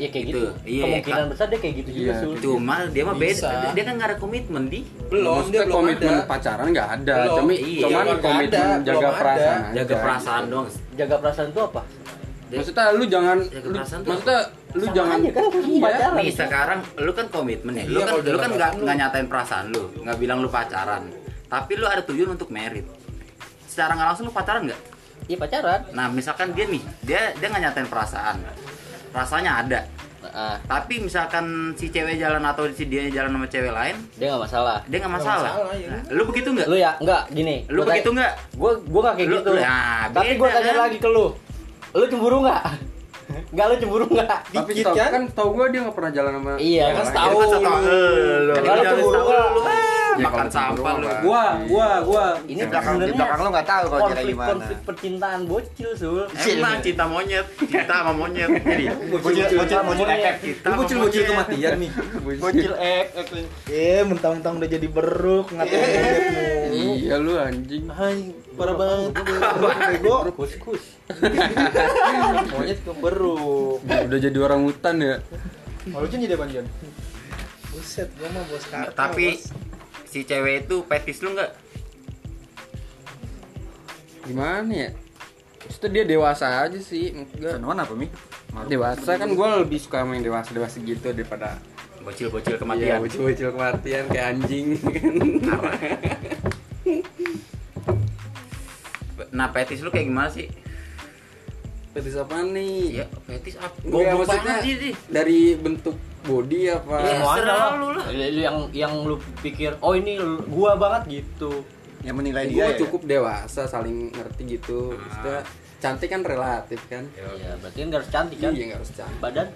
S2: Ya kayak
S1: Gitu.
S2: gitu.
S1: Iya,
S2: Kemungkinan
S1: Kak.
S2: besar dia kayak gitu juga
S3: Iya,
S2: Sul.
S1: Cuma dia mah
S4: Bisa.
S1: beda, dia kan nggak ada komitmen di
S4: belum dia
S3: Maksudnya
S4: belum
S3: komitmen
S4: ada.
S3: pacaran nggak ada
S4: Belum,
S3: Cumi-
S1: iya.
S3: cuman
S4: Belum ada,
S3: komitmen
S4: belum
S3: jaga
S4: ada.
S3: perasaan
S1: jaga
S3: aja.
S1: perasaan doang.
S2: Jaga perasaan tuh apa?
S3: maksudnya lu jangan
S1: Jaga
S3: lu,
S1: perasaan tuh
S3: maksudnya lu
S2: Sama
S3: jangan
S2: aja kan,
S3: Iya.
S2: pacaran.
S1: Nih sekarang lu kan komitmen ya, lu
S4: Iya,
S1: kan
S4: kalau
S1: lu
S4: jaga
S1: kan nggak
S4: perasaan lu.
S1: nggak nyatain perasaan lu, nggak bilang lu pacaran, tapi lu ada tujuan untuk merit. Secara nggak langsung lu pacaran nggak?
S2: Iya pacaran.
S1: Nah misalkan dia nih, dia dia nggak nyatain perasaan, rasanya ada.
S2: Nah,
S1: Tapi misalkan si cewek jalan atau si dia jalan sama cewek lain,
S2: dia nggak masalah.
S1: dia nggak
S4: Nggak
S1: masalah.
S4: masalah, ya.
S1: Nah, lu begitu nggak?
S2: Lu ya nggak gini.
S1: Lu begitu nggak?
S2: Gue gue nggak kayak
S1: Lu-
S2: gitu.
S1: lu- nah,
S2: Tapi
S1: beda
S2: gue tanya
S1: kan?
S2: lagi ke lu. Lu cemburu nggak? Nggak lu cemburu nggak?
S3: tapi
S4: Dikit,
S3: tau,
S4: kan?
S3: kan? tau gue dia nggak pernah jalan sama
S2: Iya,
S3: orang
S2: kan
S3: lain.
S2: tahu.
S1: Itu kan satu- eh, lu.
S2: Kalau
S1: Jangan
S2: cemburu
S1: tahu
S2: mah,
S1: lu.
S3: Ya,
S1: makan
S3: kalau cemburu
S1: sampah lu.
S3: mah, Bang.
S4: Gua, gua, gua.
S2: Ini
S6: Di belakang, di
S2: sebenarnya
S6: belakang lu nggak tahu kalau dia kayak
S2: konflik
S6: gimana.
S2: konflik percintaan bocil sul.
S1: Emang cinta monyet, cinta sama monyet. Jadi
S6: Bocil, bocil, bocil, efek.
S1: cinta
S4: Lu
S1: sama
S4: bocil-bocil
S1: monyet.
S4: kematian nih.
S6: Bocil, ek, ek.
S5: Eh, mentang-mentang udah jadi beruk ngatain monyetmu.
S3: iya lu anjing
S5: Hai, parah banget. Bego.
S2: Kus-kus.
S5: Monyet ke beruk.
S3: udah jadi orang hutan ya
S6: Mau lucu jadi apa, Jon?
S5: Buset, gua mah bos
S1: Nah,
S5: kakak.
S1: Tapi
S5: bos.
S1: si cewek itu petis lu nggak?
S3: gimana ya Maksudnya dia dewasa aja sih enggak
S6: Senuan apa, Mi?
S3: dewasa kan gue lebih suka main dewasa dewasa gitu daripada
S1: Bocil-bocil
S3: Iya,
S1: kematian.
S3: bocil-bocil kematian kayak anjing
S1: Nah, petis lu kayak gimana sih?
S3: petis apa nih
S6: Iya.
S1: Ya, petis apa?
S3: Enggak,
S1: Goblok
S3: maksudnya
S1: banget sih.
S3: dari bentuk body apa
S1: Ya,
S6: Iya.
S1: serah lu lah.
S2: Iya, Lu lu yang yang lu pikir oh ini lu- gua banget gitu.
S6: Yang menilai
S3: gue
S6: dia ya? Ah.
S3: cukup dewasa saling ngerti gitu Maksudnya cantik kan relatif kan
S1: Ya,
S6: Iya,
S2: Iya, Ya berarti kan nggak harus cantik kan?
S3: iya nggak harus cantik
S2: Badan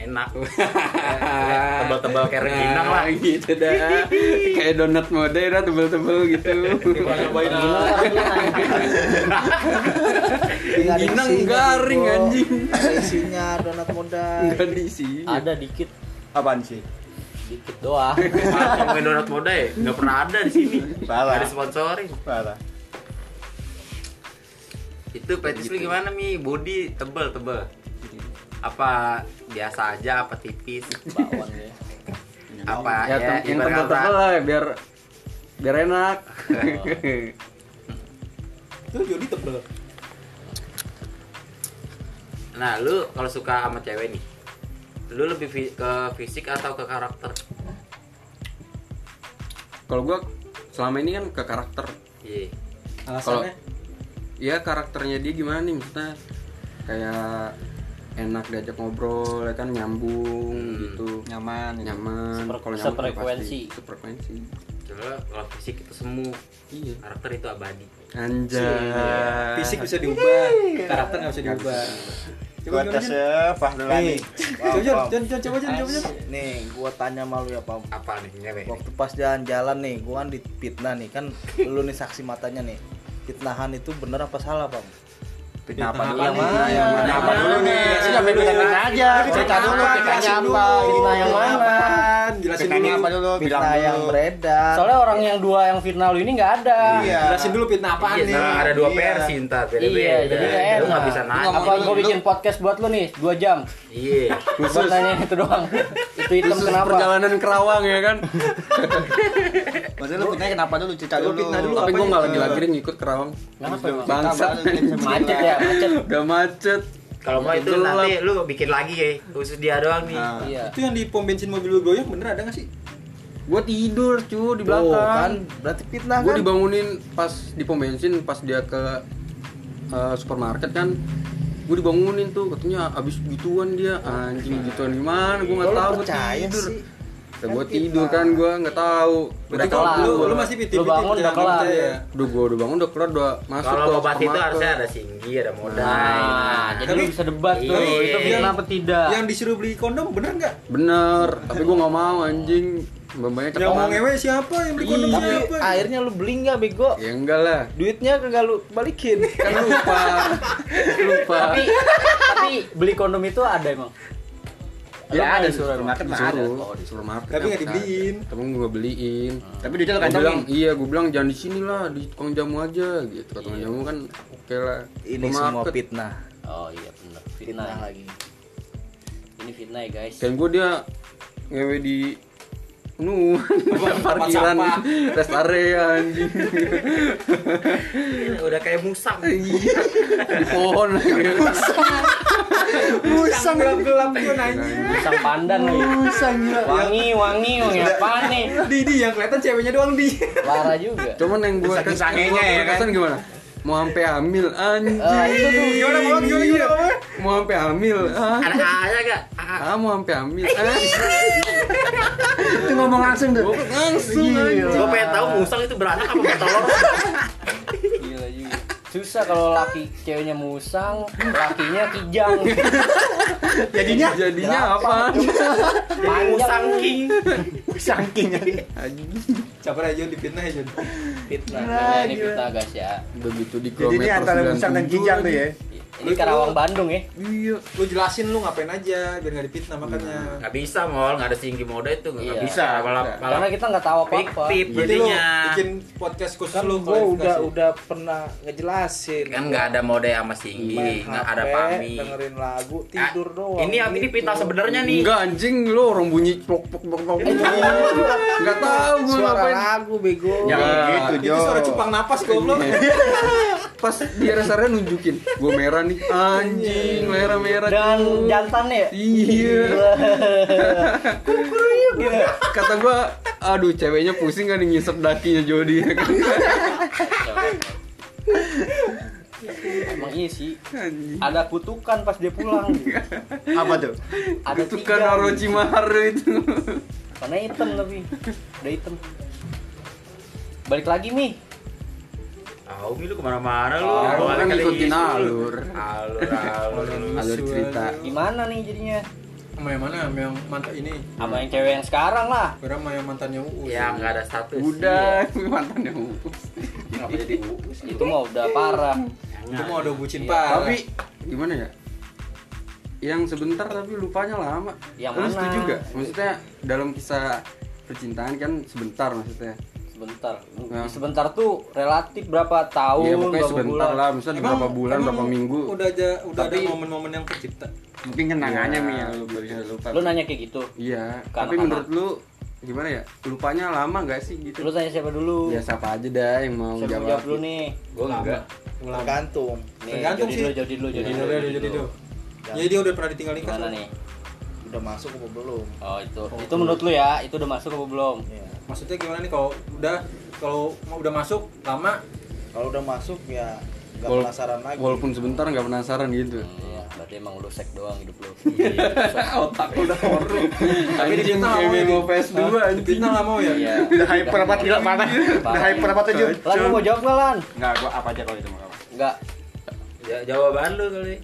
S1: Enak.
S3: Hahaha.
S1: Tebal tebal kayak rengginang lah
S3: gitu dah kayak donat mode dah tebel-tebel gitu
S1: Cobain lah.
S5: Tinggal ada
S3: Rengginang
S5: isinya,
S3: garing,
S5: Bro.
S3: anjing.
S5: Ada isinya donat modal
S3: enggak di sini
S2: Ada dikit,
S6: Apaan sih?
S2: dikit doang.
S1: Maaf, ngomongin donat moda ya nggak pernah ada di sini nggak
S3: Iya.
S6: Parah.
S1: ada sponsorin
S6: Parah.
S1: itu petis
S3: Gitu.
S1: lu gimana mi body tebel tebel
S3: Iya.
S1: apa biasa aja apa tipis
S2: Bawang ya.
S1: apa
S3: ya, tem- yang
S1: ibarat kata-
S3: tebel-tebel lah biar biar enak
S4: Itu Jody tebel.
S1: nah lu kalau suka sama cewek nih lu lebih fi- ke fisik atau ke karakter
S3: kalau gua selama ini kan ke karakter
S1: iya
S4: Alasannya
S3: ya karakternya dia gimana nih maksudnya kayak enak diajak ngobrol ya kan nyambung
S1: Hmm.
S3: gitu
S6: Nyaman.
S3: nyaman
S2: Sepre-
S3: kalau nyambung udah
S2: sefrekuensi.
S3: pasti sefrekuensi
S1: coba kalau fisik itu semu
S3: iya
S1: karakter itu abadi
S3: anjay
S4: fisik bisa diubah, karakter nggak bisa diubah. Coba
S6: Gua
S4: gimana,
S6: tes
S4: Jon?
S6: ya, Fahdulani.
S4: Coba Jon, Jon, Jon, coba Jon, coba Jon.
S5: Nih, gua tanya malu ya, Pam.
S1: apa nih cewek nih?
S5: Waktu pas jalan-jalan nih, gua kan dipitnah nih kan lu nih saksi matanya nih. Fitnahan itu bener apa salah, Pam?
S6: Fitnah apa dulu?
S4: Yang mana?
S5: Nah,
S4: Yang mana?
S6: Apa dulu nih?
S4: Sudah
S6: Sudah
S4: fitnah aja.
S6: Cerita dulu, fitnahnya apa? Fitnah yang mana?
S4: Jelasin
S6: Fitnahnya
S4: dulu.
S6: apa dulu? Bilang
S5: Fitnah yang
S6: dulu.
S5: beredar.
S2: Soalnya orang yang dua yang final ini nggak ada.
S6: Iya.
S4: Jelasin dulu fitnah apaan
S1: Iya,
S4: nih?
S1: nah, ada dua
S6: Iya.
S1: versi ntar beda
S2: Iya, jadi nggak
S1: lu
S2: enak.
S1: nggak bisa nanya
S2: Apa
S6: Lu-
S2: gua bikin
S6: lu-
S2: podcast buat lu nih, dua jam.
S1: iya
S2: Buat nanya itu doang. itu hitam
S3: Khusus
S2: kenapa?
S3: perjalanan Kerawang ya kan
S6: Maksudnya lu fitnahnya kenapa dulu? Cerita
S4: Lu
S6: dulu.
S4: fitnah dulu.
S3: tapi
S4: apa
S3: gua nggak
S4: itu?
S3: lagi-lagi nih ngikut Kerawang
S2: Kenapa?
S6: Lu-
S2: emang?
S3: Bangsa.
S2: Macet ya, macet.
S3: udah macet
S1: kalau mau itu
S3: Gelap.
S1: nanti Gitu lu bikin lagi ya khusus dia doang nih
S6: Nah.
S2: Iya.
S4: Itu yang di pom bensin mobil lu goyang bener ada nggak sih?
S3: gua tidur cu di
S5: Tuh, kan
S3: belakang
S5: berarti fitnah
S3: gue
S5: kan?
S3: dibangunin pas di pom bensin pas dia ke eh, supermarket kan gue dibangunin tuh katanya abis gituan dia anjing gituan gimana gue nggak
S5: Lo
S3: tahu gue
S5: percaya
S3: tidur
S5: sih.
S3: gue tidur kan gue nggak tahu
S4: Berarti
S3: Nggak tahu
S2: kelar.
S4: lu,
S3: gua.
S4: lu masih piti-piti gitu ya.
S2: Lu bangun udah kelar.
S3: udah gue udah bangun udah keluar udah masuk
S1: kalau
S3: ke
S1: mau pasti itu
S3: supermarket.
S1: harusnya ada singgi ada modal
S2: Nah, jadi lu
S4: Tapi-
S2: bisa debat tuh.
S1: Iya.
S2: Itu fitnah apa tidak?
S4: Yang disuruh beli kondom bener nggak?
S3: bener tapi gue nggak mau anjing bambanya
S4: Yang mau
S3: ketongan
S4: ngewe siapa? Yang beli
S2: Iya,
S4: kondom
S5: Tapi
S4: siapa?
S5: akhirnya lu beli nggak bego?
S3: ya enggak lah
S5: Duitnya kagak lu balikin.
S3: kan lupa lupa
S2: Tapi tapi beli kondom itu ada emang.
S3: ya ada di
S2: surat.
S3: supermarket mah ada oh di supermarket
S4: Tapi nggak
S3: ada.
S4: dibeliin.
S3: tapi gue beliin
S6: Tapi duitnya lu
S3: Gua
S6: kantongin.
S3: bilang iya gue bilang jangan di sini lah di tukang jamu aja gitu Kata tukang jamu kan oke lah
S5: Ini
S3: Gua
S5: semua
S3: market.
S5: fitnah.
S2: Oh iya benar. Fitnah.
S5: Fitnah lagi.
S2: Ini fitnah ya, guys.
S3: dan gue dia ngewe di nu parkiran rest area anjing
S1: Iya, udah kayak musang
S3: Iya, di pohon
S4: Musang gelap-gelap Jon anjing.
S2: Pisang pandan lagi.
S4: Musang gila.
S2: Wangi, wangi, wangi apaan nih?
S4: Di di yang kelihatan ceweknya doang di.
S2: Parah juga.
S3: cuman yang gue
S6: Saking-sakingnya ya kan?
S3: gimana mau sampai hamil
S2: Eh,
S3: anjing
S2: itu tuh
S4: Gimana mau gimana gimana?
S3: mau sampai hamil ah.
S1: ada aja gak
S3: ah mau sampai hamil
S2: Eh,
S3: ah.
S2: iya.
S3: itu ngomong langsung deh langsung
S6: Iya.
S3: anjing.
S1: gue pengen tahu musang itu beranak apa bertelur
S2: Gila juga. Susah kalau laki ceweknya musang, lakinya kijang.
S3: jadinya jadinya apa
S1: musang
S2: Panjang
S1: king
S4: Siapa aja Jon difitnah ya Jon.
S2: fitnah. Nah, ini fitnah guys ya.
S3: begitu di
S6: Jadi ini
S3: kilometer
S6: antara musang dan
S3: 97,
S6: kijang tuh ya.
S2: Ini Karawang Bandung ya.
S3: Iya.
S4: Lu jelasin lu ngapain aja biar nggak difitnah makanya.
S1: nggak bisa mall nggak ada singgi moda itu nggak
S2: Iya.
S1: bisa malah
S2: Karena
S1: malah
S2: kita nggak tahu apa-apa.
S1: fiktif
S4: Berarti lu
S1: jadinya
S4: bikin podcast khusus
S5: Kan
S4: lu
S5: gua udah
S4: klarifikasi.
S5: udah pernah ngejelasin.
S1: kan nggak ada moda sama singgi nggak ada pami
S5: dengerin lagu, tidur
S1: Ah,
S5: doang.
S1: ini ini
S5: gitu.
S1: fitnah sebenarnya nih
S3: Enggak anjing lu orang bunyi plok plok plok plok.
S2: Iya.
S3: Enggak tahu gua
S5: Suara
S3: ngapain.
S5: lagu bego.
S3: Ya.
S6: Jangan gitu,
S4: Itu
S6: Jo.
S4: suara cupang napas goblok.
S3: Pas di resernya nunjukin, gua merah nih anjing, merah-merah.
S2: Dan
S3: cuy.
S2: jantan ya.
S3: Iya.
S2: Kuruyuk gitu.
S3: Kata gua, aduh ceweknya pusing kan ngisep dakinya Jody ya kan.
S2: Emang iya sih. Ada kutukan pas dia pulang.
S6: Apa tuh?
S2: Ada
S3: Itu kan
S2: tiga.
S3: Orochimaru itu.
S2: Warna hitam tapi udah hitam. Balik lagi Mi.
S1: tahu Mi, lu kemana-mana lu
S3: Ah,
S1: Bawa
S3: kan
S1: kali
S3: ngikutin
S1: isu lu.
S3: alur.
S1: alur alur
S3: Alur cerita.
S2: Gimana nih jadinya?
S4: sama yang mana? Sama yang mantan ini.
S2: sama yang cewek yang sekarang lah
S4: Kira sama yang mantannya Uus.
S1: yang Ya, nggak ada status
S3: udah mantan yang uus.
S1: Iya. ngapa jadi uus
S2: itu mah udah parah
S4: Itu mau ada bucin
S1: Iya.
S4: parah.
S3: tapi gimana ya yang sebentar tapi lupanya lama
S2: Yang
S3: Lu
S2: mana?
S3: setuju gak? maksudnya dalam kisah percintaan kan sebentar maksudnya
S2: sebentar
S3: Nah.
S2: sebentar tuh relatif berapa tahun
S3: Iya pokoknya
S2: Oh, berapa
S3: sebentar
S2: bulan.
S3: lah, misalnya Kan berapa bulan,
S4: emang
S3: berapa minggu
S4: Udah ada udah
S3: Tapi-
S4: ada momen-momen yang tercipta.
S3: Mungkin kenangannya Mi ya, lu lupa
S2: lu nanya kayak gitu
S3: Iya,
S2: Ke
S3: tapi
S2: anak-anak.
S3: menurut lu gimana ya? Lupanya lama gak sih gitu?
S2: lu tanya siapa dulu
S3: Ya siapa aja dah yang mau
S2: siapa yang
S3: jawab
S2: jawab dulu nih
S1: gue enggak
S5: tergantung
S2: nih
S4: Tergantung
S2: jadi
S4: sih.
S2: dulu jadi dulu jadi
S4: Jadi
S2: dulu
S4: udah
S2: jadi
S4: jadi
S2: dulu.
S4: tuh. Iya, Jadi dia udah pernah kan? ditinggal nikah.
S2: gimana
S4: tuh.
S2: nih
S5: udah masuk apa belum
S2: oh itu itu menurut lu ya itu udah masuk apa belum
S5: ya.
S4: Maksudnya gimana nih kalau udah kalau mau udah masuk lama
S5: kalau udah masuk ya nggak
S3: Wal-
S5: penasaran lagi
S3: Walaupun sebentar gak penasaran gitu
S2: Iya, berarti emang lu sek doang hidup lu.
S3: Otak udah korup Anjing
S4: difitnah
S3: kayak
S4: sama
S3: Memo
S4: dia.
S3: PS2 anjing
S4: kita nggak mau ya.
S2: Iya.
S6: Udah hyper apa gila mana? Udah hyper apa tuh Jun?
S2: Lan lu mau jawab gak Lan?
S6: Enggak, gua apa aja kalau itu mau apa?
S2: Enggak.
S1: Ja- jawaban lu kali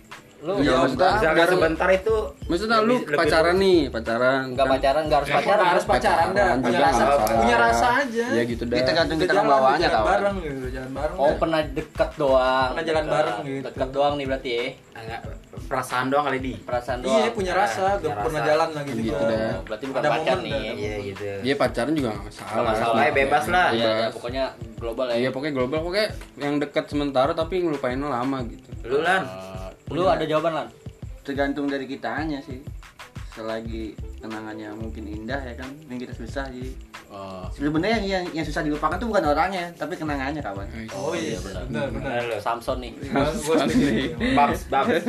S2: Lu
S3: Iya,
S2: jawab
S3: maksudnya
S2: apa?
S1: misalkan
S3: baru-
S1: sebentar itu
S3: Maksudnya lu
S1: lebih- lebih-
S3: pacaran nih, pacaran
S2: Enggak
S3: kan?
S2: pacaran, enggak harus pacaran.
S4: Nggak harus pacaran dah.
S3: juga
S4: Punya
S3: nggak
S4: rasa,
S3: masalah.
S4: punya rasa aja.
S3: Ya gitu dah
S6: Kita gantung kita kan
S4: jalan,
S6: bawaannya
S4: jalan
S6: tau.
S4: Bareng gitu, jalan bareng.
S2: Oh,
S4: dah.
S2: pernah deket doang.
S4: Pernah jalan
S2: Deket.
S4: bareng gitu.
S2: Deket doang nih berarti ya.
S1: Ah, nggak, perasaan doang kali di
S2: Perasaan doang.
S4: Iya, punya rasa, udah
S1: Punya
S4: pernah
S1: rasa.
S4: jalan lagi
S3: Gitu
S4: juga.
S3: dah.
S2: Oh, berarti bukan
S4: Ada
S2: pacar
S4: momen
S2: nih.
S4: dah, ada
S1: iya gitu
S3: Iya pacaran juga gak
S1: Nggak
S3: masalah
S1: masalah ya, bebas lah
S2: Iya, iya,
S3: Bebas.
S2: pokoknya global ya.
S3: Iya pokoknya global, pokoknya yang dekat sementara tapi ngelupainnya lama gitu
S1: lu lan
S2: Eh, Lu ada jawaban Lan?
S7: tergantung dari kitanya sih selagi kenangannya mungkin indah ya kan yang kita susah jadi
S2: Oh,
S7: sebenarnya yang, yang yang susah dilupakan tuh bukan orangnya tapi kenangannya kawan
S4: Oh iya, benar benar.
S1: Bener lu.
S2: Samson nih.
S4: Gue
S3: Iya
S4: setuju.
S1: babs babs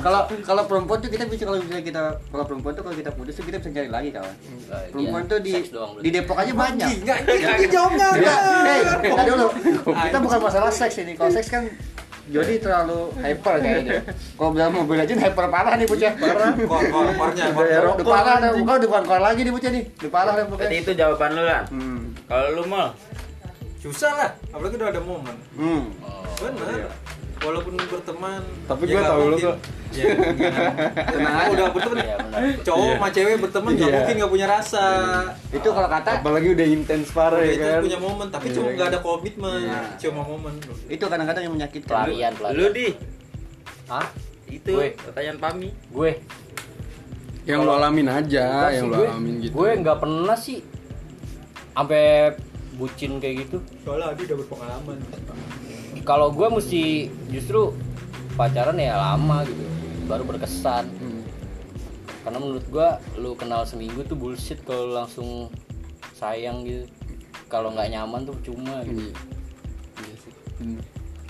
S7: kalau kalau perempuan tuh kita bisa kalau misalnya kita kalau perempuan tuh kalau kita putus tuh kita bisa cari lagi kawan
S2: Eh,
S7: perempuan
S2: dia
S7: tuh di
S2: seks doang berarti.
S7: di Depok
S3: Iya,
S7: aja banyak
S4: Enggak, ini jawabnya.
S7: Hei, kita dulu. Kita bukan masalah seks ini. Kalau seks kan Jody terlalu hyper kayaknya. Kalau bilang mobil aja hyper parah nih bocah. Parah.
S4: Kor kor kornya. kor- kor.
S7: Udah parah dah. Bukan udah bukan keluar lagi nih bocah nih. Udah parah dah
S1: berarti
S7: pokoknya.
S1: itu jawaban lu lan
S7: Hmm.
S1: kalau lu mal
S4: Susah lah, apalagi udah ada momen.
S7: Hmm.
S4: Benar. Walaupun berteman,
S3: Iya. Tapi
S4: ya
S3: gua
S4: nggak
S3: tahu lu
S4: mungkin.
S3: kok.
S4: Ya, tenang aja. Udah berteman.
S2: Iya, benar.
S4: Cowok sama cewek berteman nggak
S3: Iya.
S4: mungkin nggak punya rasa.
S7: Itu kalau kata
S3: Apalagi udah intens parah
S4: Udah
S3: ya
S4: itu
S3: kan
S4: punya momen, tapi
S3: Iya,
S4: cuma
S3: kan?
S4: nggak ada komitmen,
S7: Iya.
S4: cuma momen.
S7: itu kadang-kadang yang menyakitkan.
S2: Pelarian, pelarian.
S1: lu di
S2: Hah?
S1: itu
S2: Gue.
S1: pertanyaan pami
S2: Gue.
S3: Yang lu alamin aja,
S2: Enggak
S3: Ya, yang
S2: sih,
S3: lu
S2: gue-
S3: alamin gitu
S2: Gue nggak pernah sih sampai bucin kayak gitu.
S4: Soalnya Adi udah berpengalaman.
S2: Kalau gue mesti justru pacaran ya lama gitu, baru berkesan.
S3: Hmm.
S2: Karena menurut gue lu kenal seminggu tuh bullshit kalau lu langsung sayang gitu. Kalau nggak nyaman tuh cuma gitu.
S3: Iya. Iya sih. Hmm.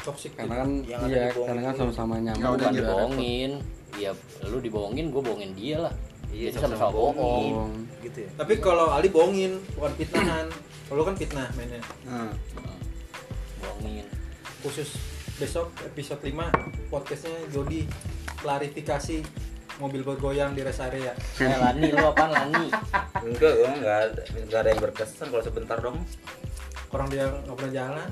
S4: Toxic.
S3: Karena kan
S5: Yang ada
S3: iya,
S5: dibohongin
S3: karena kan sama-sama
S7: Nggak, udah
S3: nyaman
S7: gitu,
S2: Bukan
S3: juga.
S2: dibohongin, ya lu dibohongin, gue bohongin dia lah.
S1: Iya,
S2: Jadi sama-sama
S1: sama-sama
S2: bohong.
S3: Bohong.
S5: gitu ya
S4: Tapi kalau Ali bohongin, bukan fitnahan. Kalau lu kan fitnah mainnya.
S7: Hmm.
S2: Bohongin.
S4: Khusus besok episode 5 podcastnya Jody klarifikasi mobil bergoyang di rest area.
S2: Eh, Lani, lu apaan Lani?
S1: enggak gue enggak enggak ada yang berkesan kalau sebentar dong
S4: Orang dia nggak pernah jalan.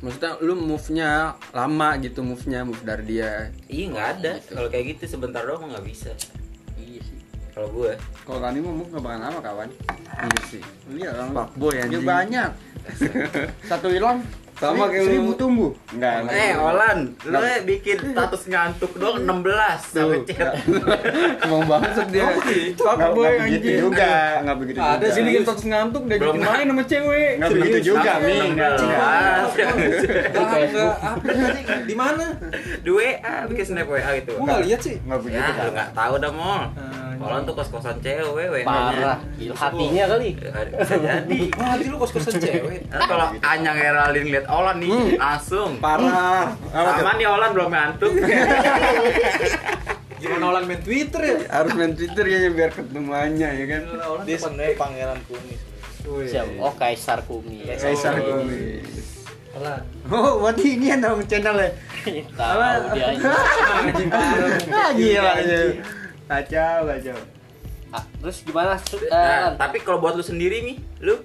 S3: Maksudnya lu move-nya lama gitu move-nya move dari dia.
S1: iya enggak ada kalau kayak gitu sebentar dong nggak bisa
S2: Iya sih.
S1: kalau gue
S3: Kalau Rani mau move gak bakal lama kawan. Iya sih.
S7: Iya orang.
S3: Fuckboy
S7: Dia
S3: anjing.
S7: banyak. Satu hilang.
S3: Sama
S7: seri-
S3: kayak lu.
S7: seribu tumbuh.
S3: Enggak.
S1: Eh, Olan, lu eh, bikin status ngantuk doang 16 sama
S3: Ya.
S1: chat.
S3: Mau banget dia.
S7: Nggak-
S3: Fuckboy
S7: nggak
S3: anjing.
S7: begitu juga. Nggak begitu juga.
S4: Ada sih.
S3: Dia ya. bikin status ngantuk udah
S1: Belum.
S3: bikin main sama cewek.
S7: Nggak begitu juga, Mi. Nggak.
S1: Iya. 16.
S4: Ah, nggak update aja. Di mana?
S1: Dua WA, bikin snap WA gitu.
S4: Gua nggak lihat sih. Eh,
S7: Nggak
S1: Ya,
S7: begitu.
S1: lu enggak tahu dah, Mol.
S4: Anjing.
S1: Olan tuh kos-kosan cewek, WA.
S2: Parah. Gila, Iya, Hatinya kali.
S1: Bisa jadi.
S4: Wah, hati lu kos-kosan cewek.
S1: Ntar kalau Anyang Heraldin lihat Olan nih, langsung.
S3: Parah.
S1: Sama nih Olan belum ngantuk.
S4: Gimana orang main Twitter ya?
S3: Harus main Twitter ya biar ketemuannya ya kan.
S4: Orang
S5: dia sebenarnya pangeran kumis
S2: Siapa? Oh, Kaisar Kumi.
S7: Kaisar
S4: Oh.
S7: Kumi.
S4: Alah.
S7: Oh, berarti ini yang dong channelnya.
S2: Tahu dia aja.
S7: Ah,
S4: Iya,
S7: gila aja. Kacau, kacau.
S2: Ah, terus gimana? Su- eh,
S1: Nah,
S2: Lan?
S1: tapi kalau buat lu sendiri nih, lu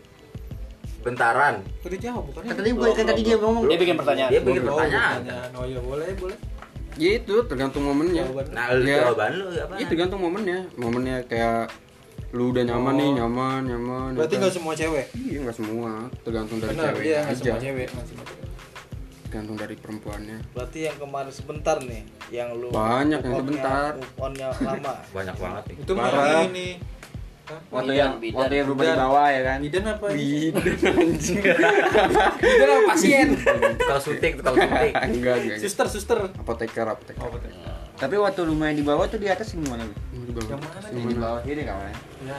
S1: bentaran.
S4: Udah jawab bukannya?
S7: Katanya gue kan tadi dia ngomong.
S2: Dia bikin pertanyaan.
S1: Dia bikin
S4: Oh,
S1: pertanyaan.
S4: pertanyaan. Oh iya boleh boleh.
S3: gitu tergantung momennya
S1: Nah, lu
S3: Ya.
S1: jawaban lu apa?
S3: Iya tergantung momennya momennya kayak lu udah nyaman nih nyaman nyaman
S4: Oh. Berarti
S3: ya kan?
S4: nggak semua cewek.
S3: iya nggak semua tergantung dari
S4: Benar,
S3: ceweknya
S4: iya nggak
S3: aja
S4: semua cewek. nggak semua cewek.
S3: tergantung dari perempuannya
S5: Berarti yang kemarin sebentar nih, yang lu
S3: Banyak yang
S5: move on-nya-
S3: sebentar.
S5: move on-nya lama.
S1: Banyak banget nih.
S4: Itu mah
S3: Parah.
S4: ini. Hah?
S6: Waktu
S2: Bidan,
S6: yang
S2: bidan.
S6: waktu yang berubah di
S4: Bidan.
S6: bawah ya kan.
S4: Bidan apa ini?
S3: Bidan anjing
S4: Bidan apa pasien?
S1: Tukang suntik, tukang suntik.
S3: enggak enggak enggak.
S4: Suster, suster.
S3: apoteker apoteker
S4: Oh,
S6: Iya.
S4: betul.
S6: Tapi waktu lu main di bawah tuh di atas gimana? Bi?
S3: Yang di bawah.
S4: Yang mana
S3: Yang
S6: Yang Di bawah ini kan.
S4: Ya.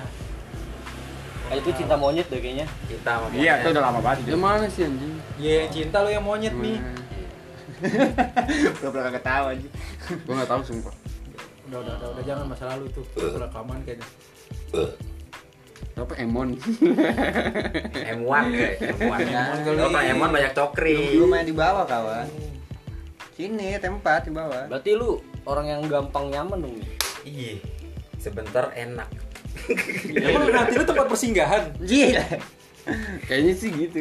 S2: Ah, itu cinta monyet deh kayaknya.
S1: Kita sama
S6: Iya, itu udah lama banget.
S3: Yang mana sih anjing
S4: Iya, yang cinta lo yang monyet nih.
S6: Gak pernah ketawa aja.
S3: gue nggak tahu sumpah
S4: Udah, udah, udah, udah jangan masa lalu itu. Itu Rekaman kayaknya.
S3: apa emon
S1: M1 kayak kan. M1.
S6: M1
S4: kali.
S1: Lo Pak M1 banyak cokri.
S6: Lu main di bawah kawan. Sini tempat di bawah.
S2: Berarti lu orang yang gampang nyaman dong. Mi.
S1: Iya. Sebentar enak.
S4: Emang nanti lu tempat persinggahan?
S6: Gila.
S3: kayaknya sih gitu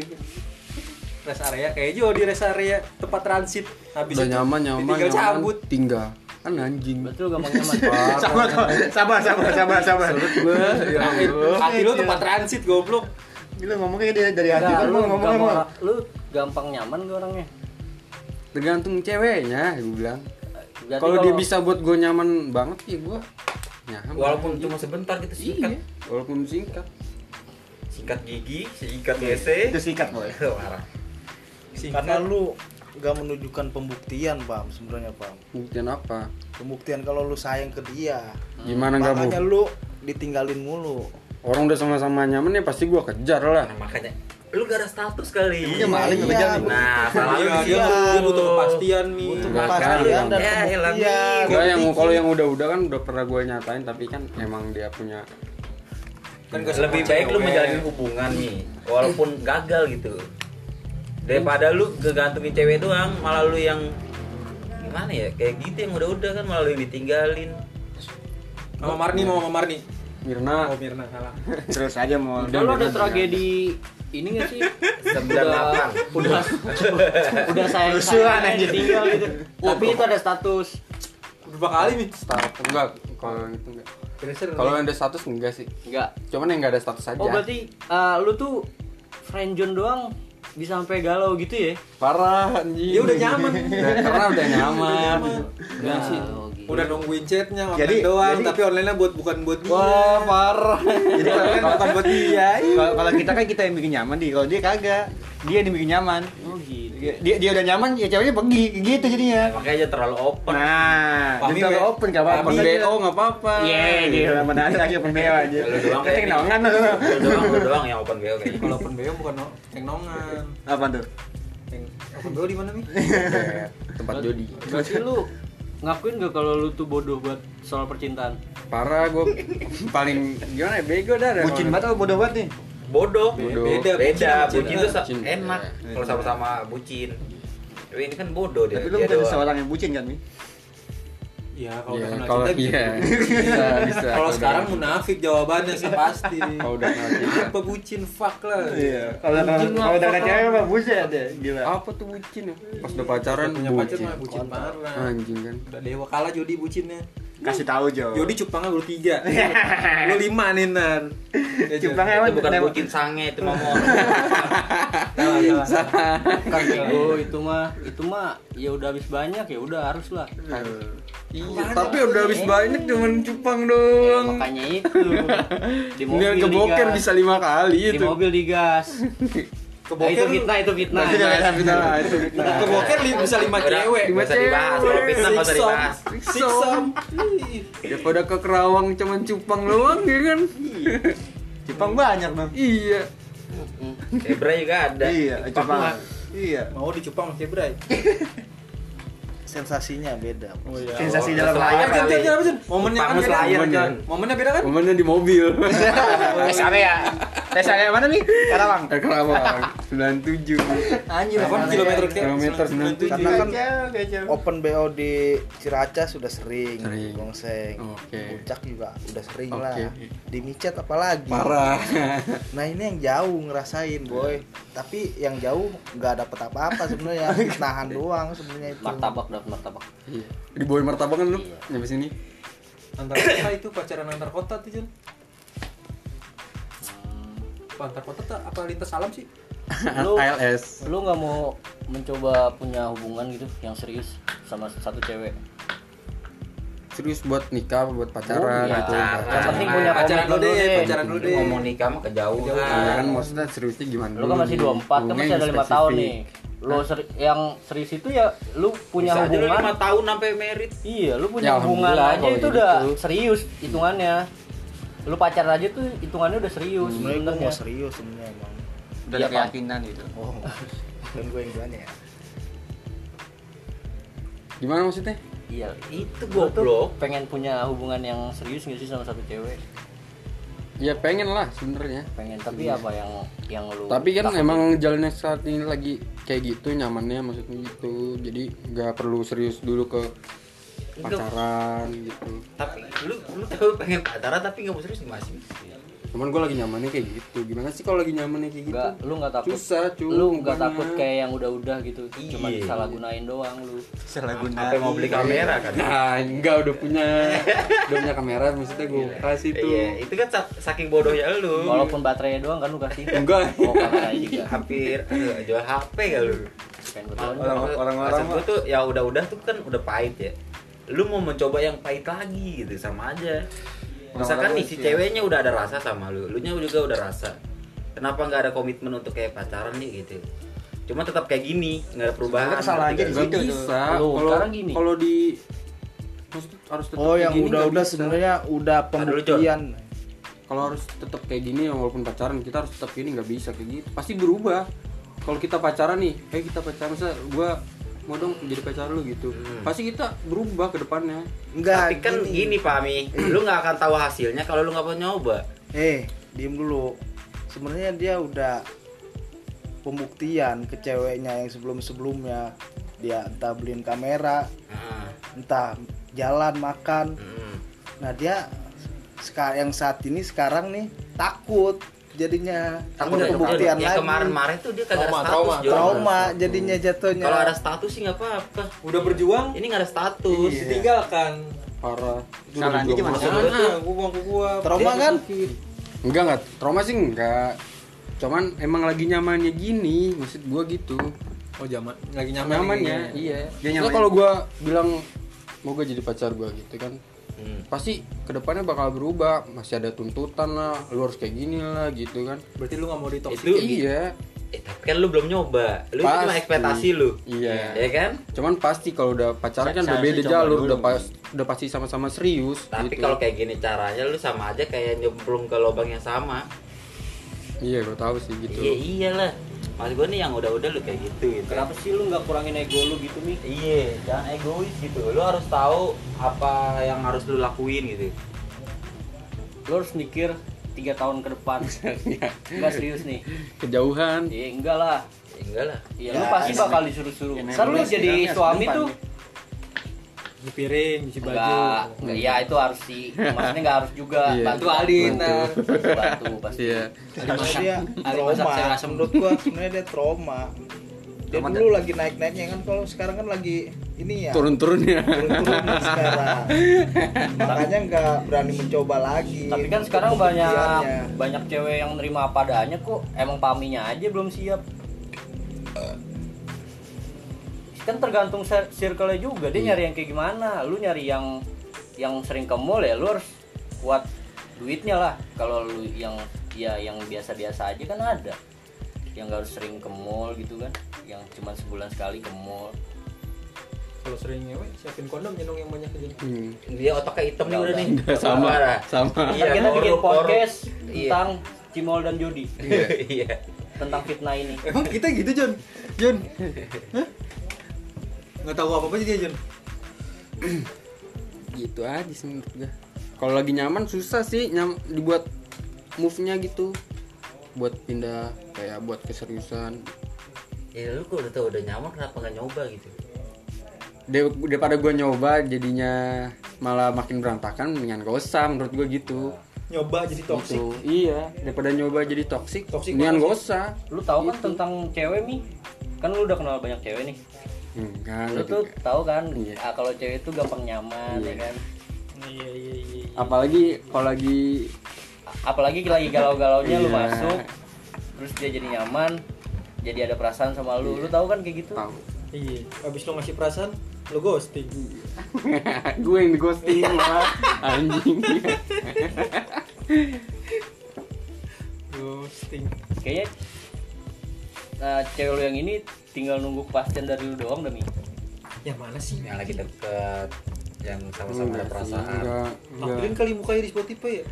S4: Rest area kayaknya oh di rest area tempat transit. Habis
S3: udah
S4: itu
S3: nyaman nyaman
S4: ditinggal
S3: nyaman
S4: cabut.
S3: tinggal kan anjing
S2: Berarti lu gampang nyaman.
S6: Sabar, sabar, sabar, sabar, sabar.
S3: gue ya Allah
S4: Hati lu tempat transit goblok.
S6: Gila ngomongnya dari dari hati
S2: Enggak,
S6: kan
S2: lu
S6: mau ngomong
S2: gampang,
S6: emang.
S2: lu gampang nyaman gak orangnya.
S3: tergantung ceweknya gue bilang
S2: Berarti
S3: kalau dia bisa buat gue nyaman banget ya gue nyaman
S1: Walaupun cuma sebentar gitu singkat.
S3: iya walaupun singkat
S1: Singkat gigi, singkat WC.
S6: Itu sikat boy.
S1: Parah.
S5: Karena lu nggak menunjukkan pembuktian, Pam, sebenarnya, Pam.
S3: buktian apa
S5: Pembuktian kalau lu sayang ke dia.
S3: gimana nggak bu
S5: Hmm. Makanya lu ditinggalin mulu.
S3: orang udah sama-sama nyaman ya pasti gue kejar lah
S1: Nah, makanya lu gak ada status kali.
S6: Iya, maling
S5: Iya,
S6: apa jangan?
S1: Nah, salah lu
S4: Iya,
S1: di
S4: dia
S1: situ.
S4: butuh- butuh kepastian nih.
S5: Butuh
S3: Nah,
S5: kepastian
S3: sekarang
S5: dan
S1: ya,
S5: pembuktian.
S1: hilang.
S3: Enggak yang kalau yang udah-udah kan udah pernah gue nyatain tapi kan emang dia punya
S4: Kan gak
S1: lebih baik lu menjalin hubungan nih walaupun gagal gitu daripada lu kegantungin cewek doang malah lu yang gimana ya kayak gitu yang udah-udah kan malah lu yang ditinggalin
S4: Mama Marni, Mama Marni.
S3: Mirna
S4: Oh Mirna salah.
S6: Terus aja mau.
S2: Udah Kan lu ada tragedi ini gak sih? Udah,
S1: 98
S2: udah, udah sayang sayang ditinggal gitu. Tapi itu ada status.
S4: Berapa kali nih?
S3: status enggak kalau itu enggak
S4: Kira-kira
S3: kalau yang ada status enggak sih
S2: Enggak.
S3: cuman yang enggak ada status aja
S2: Oh berarti eh, lu tuh friendzone doang bisa sampai galau gitu ya?
S3: parah anjing
S4: Dia udah nyaman.
S3: Udah, karena udah nyaman
S2: Enggak sih.
S4: Udah nungguin chatnya online
S6: Jadi-
S4: doang,
S6: jadi-
S4: tapi online-nya buat bukan buat dia.
S3: wah parah
S6: Jadi kalau
S4: Online bukan buat
S3: iya.
S4: dia.
S6: kalau kalau kita kan kita yang bikin nyaman di kalau dia kagak dia yang dibikin nyaman
S2: Oh gitu.
S6: dia dia udah nyaman ya ceweknya pergi gitu jadinya
S1: makanya aja terlalu open
S6: nah
S4: Pahmi,
S6: dia kalau
S4: Be.
S6: open gak apa-apa
S3: ya? Open BO nggak apa-apa
S6: Iya, dia mana ada lagi open BO aja.
S1: Lu doang kayak
S6: Kita
S1: gitu.
S3: kan?
S6: kenongan
S3: gitu.
S6: lu.
S3: Iya,
S1: lu doang lu doang yang open gitu. BO kayaknya
S4: Kalau open BO bukan no, yang nongan.
S6: Apa tuh?
S4: Yang open BO di mana nih?
S3: iya. tempat jodi
S2: Berarti lu ngakuin gak kalau lu tuh bodoh buat soal percintaan?
S3: parah gue paling gimana ya bego dah dah.
S6: Bucin banget apa bodoh banget nih?
S1: bodoh
S3: Bodoh.
S1: beda beda bucin tuh sa-
S3: Bucin.
S1: enak
S3: Iya.
S1: kalau sama-sama bucin tapi ini kan bodoh dia
S6: Tapi lu
S1: dia
S6: bukan
S1: doang.
S6: seorang yang bucin kan, Mi?
S4: Iya, kalau
S3: Iya,
S4: udah kenal
S3: kalau
S4: cinta gitu.
S3: iya bisa bisa
S4: Kalau
S3: udah-
S4: sekarang munafik jawabannya sih pasti.
S3: kalau udah kenal cinta
S4: Apa bucin fuck lah.
S6: Iya. Kalau kalau udah ada cewek mah bucin deh, gila.
S3: apa tuh bucin ya pas udah pacaran
S4: Punya pacar
S3: bucin
S4: mah bucin parah.
S3: anjing kan
S4: Udah dewa kalah Jody bucinnya.
S6: Kasih tahu, Jo.
S4: Jody cupangnya baru tiga, lu lima nih nan. Ya, Jo.
S6: Cupangnya
S1: itu
S6: emang
S1: bukan
S6: emang-
S1: bucin sange itu momon
S4: Salah, salah.
S2: Oh itu mah, itu mah ya udah habis banyak ya udah harus lah.
S3: Iya, tapi udah habis banyak cuman cupang doang.
S2: Makanya itu di mobil
S3: Kemudian keboker
S2: digas.
S3: bisa lima kali
S2: di
S3: itu.
S2: mobil digas. Nah, iya, itu
S4: Keboker lu-
S2: fitnah itu fitnah.
S3: Nah, nah, nah, nah, itu.
S4: Nah, Keboker li- bisa lima
S1: Udah,
S4: cewek.
S1: nggak usah dibahas kalau fitnah nggak usah
S4: Sixom.
S1: dibahas
S4: Sixom. Ih,
S3: Daripada ke Kerawang cuman cupang doang ya kan?
S6: Cupang banyak, Bang.
S3: Iya.
S1: Zebra juga ada.
S6: Iya, cupang. Iya.
S4: Mau dicupang sama Bray.
S5: Sensasinya beda. Pam.
S6: Sensasi
S1: Oh,
S6: dalam
S1: selayar
S6: layar
S1: kali.
S6: kali.
S4: Momennya kan
S3: Pangus
S4: beda.
S3: layar, Jon.
S4: Momennya beda kan?
S3: Momennya di mobil.
S6: Rest area. Desa kayak mana nih? Karawang.
S3: Eh, Kerawang 97
S4: Delapan
S2: Iya,
S6: Anjir,
S3: ya?
S4: kilometer ke
S3: Kilometer 97.
S5: Karena kan
S6: Kecil, kecil.
S5: open BO di Ciracas sudah sering,
S3: Sering.
S5: Gongseng,
S3: Oke.
S5: Puncak juga udah sering
S3: Oke.
S5: lah. Di Micet apalagi.
S3: kan Parah
S5: Nah ini yang jauh ngerasain boy, tapi yang jauh nggak dapet apa-apa sebenarnya, nahan doang sebenarnya itu.
S2: martabak dapat martabak
S3: Iya. Di bawah martabak kan lu
S2: Iya.
S3: Nyampe sini
S4: antar kota itu pacaran antar kota tuh Jun Apa antar kota tak apa lintas alam sih
S2: Lu-
S3: ALS
S2: lu nggak mau mencoba punya hubungan gitu yang serius sama satu cewek
S3: Serius buat nikah, buat pacaran
S2: Oh, iya.
S3: gitu
S2: Yang penting punya
S4: pacaran
S1: eh,
S4: dulu
S2: komitmen
S4: deh
S2: dulu deh.
S4: pacaran dulu deh
S1: Ngomong nikah mah
S3: Iya kan
S1: kejauhan.
S3: maksudnya seriusnya gimana
S2: lu kan masih 24 kan
S3: Ngomongnya
S2: masih ada
S3: yang
S2: lima tahun
S3: Hmm, spesifik.
S2: nih lu seri- yang serius itu ya lu punya
S1: Bisa aja lu
S2: hubungan
S1: lima tahun sampai merit.
S2: Iya, lu punya
S3: Ya,
S2: hubungan
S3: alhamdulillah
S2: aja
S3: kalau
S2: itu
S3: gitu.
S2: udah serius hitungannya. Lu pacaran aja tuh hitungannya udah serius.
S5: Sebenarnya gue
S1: ya?
S2: sebenarnya.
S5: mau serius sebenarnya emang.
S6: Udah
S2: Iya,
S6: ada
S2: Pak.
S6: keyakinan gitu.
S5: Oh, kan gue yang bilang ya.
S3: Gimana maksudnya?
S2: Iya.
S1: Itu
S2: Lu tuh
S1: goblok.
S2: pengen punya hubungan yang serius nggak sih sama satu cewek?
S3: Ya pengen lah sebenarnya
S2: Pengen, tapi apa yang yang lu
S3: tapi kan
S2: takutin?
S3: emang jalannya saat ini lagi kayak gitu nyamannya maksudnya gitu jadi nggak perlu serius dulu ke pacaran gitu
S1: Tapi lu lu tahu pengen pacaran tapi nggak mau serius gimana sih?
S3: cuman gue lagi nyamannya kayak gitu gimana sih kalau lagi nyamannya kayak gitu
S2: Nggak, lu nggak takut.
S3: susah cuy
S2: lu nggak takut kayak yang udah-udah gitu. Cuma
S1: Iya.
S2: salah gunain doang lu.
S6: Salah
S1: Sampai mau beli kamera kan?
S3: nah enggak udah punya udah punya kamera maksudnya gue kasih tuh
S1: Iya, itu kan sa- saking bodohnya lu.
S2: Walaupun baterainya doang kan lu kasih.
S3: Enggak.
S2: Oh, baterainya juga.
S1: hampir eh, jual HP gak lu?
S2: Pengen gua doang.
S6: Orang- orang-orang
S1: Maksud gua tuh ya udah-udah tuh kan udah pahit ya. Lu mau mencoba yang pahit lagi gitu sama aja. Misalkan nih
S6: Orang-orang
S1: si
S6: sih. ya.
S1: ceweknya udah ada rasa sama lu, lu nya juga udah rasa. Kenapa nggak ada komitmen untuk kayak pacaran nih gitu? Cuma tetap kayak gini, nggak ada perubahan. kan.
S6: Sebenarnya kesalahan
S1: ngerti
S6: aja
S1: nggak lu?
S6: di
S3: nggak
S6: Gitu,
S3: bisa
S2: Lu,
S3: kalau
S2: sekarang gini.
S3: kalau di maksudnya harus tetap
S5: Oh
S3: kayak
S5: yang
S3: gini, nggak
S5: udah-udah
S3: bisa.
S5: sebenarnya udah
S1: dulu, Jon.
S5: pembuktian.
S3: kalau harus tetap kayak gini ya, walaupun pacaran kita harus tetap gini nggak bisa kayak gitu pasti berubah kalau kita pacaran nih eh kita pacaran masa gue mau dong jadi pacar lu gitu pasti kita berubah ke depannya
S5: Enggak.
S1: Tapi kan gini, Pak Mi, lu nggak akan tahu hasilnya kalau lu nggak mau nyoba.
S5: Eh, diem dulu. Sebenarnya dia udah pembuktian ke ceweknya yang sebelum-sebelumnya dia entah beliin kamera,
S1: Heeh.
S5: entah jalan makan.
S1: Mm.
S5: Nah, dia seka- yang saat ini sekarang nih takut jadinya
S1: Takut
S5: Udah
S1: ya,
S5: pembuktian
S1: ya
S5: lagi.
S1: kemarin-kemarin tuh dia kagak ada
S4: Trauma,
S1: status,
S4: trauma,
S1: Jon.
S5: trauma jadinya jatuhnya.
S1: Kalau ada status sih nggak apa-apa.
S4: udah berjuang
S1: Ini nggak ada status.
S6: Iya.
S4: ditinggalkan
S3: parah
S6: Kesalahan dia gimana?
S4: Maksud gua tuh gua bangku gua
S5: trauma kan?
S3: enggak enggak trauma sih enggak cuman emang lagi nyamannya gini maksud gue gitu
S4: oh zaman lagi ya. nyaman
S3: nyamannya
S4: ini.
S3: iya
S6: Dia
S3: Soalnya
S6: nyaman.
S3: kalau gue bilang mau gue jadi pacar gue gitu kan
S1: Hmm.
S3: pasti kedepannya bakal berubah masih ada tuntutan lah lu harus kayak gini lah gitu kan
S4: berarti lu nggak mau ditoksik
S1: Itu
S6: ya.
S3: iya
S1: Eh, tapi kan lu belum nyoba. Lu itu
S3: Pasti.
S1: cuma ekspektasi lu.
S3: Iya.
S1: Ya kan?
S3: Cuman pasti kalau udah pacaran kan udah
S6: Saya- saya
S3: beda
S6: coba
S3: jalur,
S6: dulu.
S3: udah pas, udah pasti sama-sama serius.
S1: Tapi
S3: gitu.
S1: kalau kayak gini caranya lu sama aja kayak nyemplung ke lubang yang sama.
S3: iya gue tahu sih gitu.
S1: Iya iyalah. Mas gue nih yang udah-udah lu kayak gitu gitu.
S2: Kenapa sih lu nggak kurangin ego lu gitu nih?
S1: Iya, jangan egois gitu. Lu harus tahu apa yang harus lu lakuin gitu.
S2: Lu harus mikir tiga tahun ke depan. Enggak serius nih.
S3: Kejauhan.
S2: Ya enggak lah.
S1: Ya, enggak lah.
S2: Ya,
S5: Ya,
S2: lu pasti
S5: ya,
S2: bakal disuruh-suruh.
S6: ya,
S2: Ntar lu
S6: memang
S2: jadi
S6: istilahnya
S2: suami
S6: setempat
S2: tuh
S4: di piring di baju
S2: enggak enggak ya itu harus sih. Maksudnya enggak harus juga.
S3: Iya.
S2: Bantu
S4: Itu Alin, nah.
S2: Bantu, bantu pasti.
S3: Iya.
S5: Sebenarnya dia
S2: Ada
S5: trauma.
S2: masak, saya asem.
S5: Menurut gua sebenarnya dia trauma. Dia
S6: Trauma
S5: dulu lagi naik-naiknya kan kalau sekarang kan lagi ini ya.
S3: Turun-turunnya.
S5: turun-turun nih sekarang makanya nggak berani mencoba lagi
S2: Tapi kan sekarang banyak
S5: Pembuktiannya.
S2: banyak cewek yang nerima apa adanya kok. Emang paminya aja belum siap. Kan tergantung sir- circle-nya juga.
S1: Iya.
S2: Dia nyari yang kayak gimana. Lu nyari yang yang sering ke mall ya lu harus kuat duitnya lah. Kalau lu yang ya yang biasa-biasa aja kan ada. Yang gak harus sering ke mall gitu kan. Yang cuma sebulan sekali ke mall.
S4: kalau sering ngewe siapin kondom jenong yang banyak aja
S3: Hmm.
S1: Dia otaknya hitam nih
S2: Udah,
S1: udah
S2: udah.
S1: nih.
S3: Udah, sama,
S1: Parah.
S3: sama.
S1: Iya,
S2: Kan kita bikin
S1: korup, korup.
S2: podcast
S1: Iya.
S2: tentang Cimol dan Jody
S1: Iya.
S2: tentang fitnah ini.
S4: emang kita gitu John John Hah? nggak tahu apa apa sih dia John
S3: Gitu aja sih menurut gue. Kalau lagi nyaman susah sih nyam dibuat move-nya gitu. buat pindah kayak buat keseriusan
S1: ya lu kok udah tau udah nyaman kenapa nggak nyoba gitu
S3: Dia- daripada gua nyoba jadinya malah makin berantakan mendingan gak usah menurut gua gitu
S4: nyoba jadi toksik
S3: Gitu. iya daripada nyoba jadi toksik
S4: Toxic
S3: mendingan
S4: banget
S3: gak usah
S2: lu tahu kan
S3: Gitu.
S2: tentang cewek mi kan lu udah kenal banyak cewek nih
S3: enggak gitu
S2: lu
S3: enggak
S2: tuh
S3: juga.
S2: tahu kan
S3: Iya.
S2: ah, kalau cewek itu gampang nyaman ya kan
S4: iya iya iya iya.
S3: apalagi kalau lagi
S2: A- apalagi lagi galau-galaunya
S3: Iya.
S2: lu masuk terus dia jadi nyaman jadi ada perasaan sama lu lu tahu kan kayak gitu
S3: tahu
S4: iya abis lo ngasih perasaan lo ghosting
S3: gue yang di ghosting malah anjing
S4: ghosting
S2: kayaknya nah, cewek lu yang ini tinggal nunggu kepastian dari lu doang
S3: Iya,
S2: demi
S4: yang Ya, mana sih
S1: yang lagi deket yang sama-sama ada
S3: Enggak Oh, iya sih,
S1: perasaan
S3: enggak, enggak.
S4: tampilin kali mukanya di Spotify ya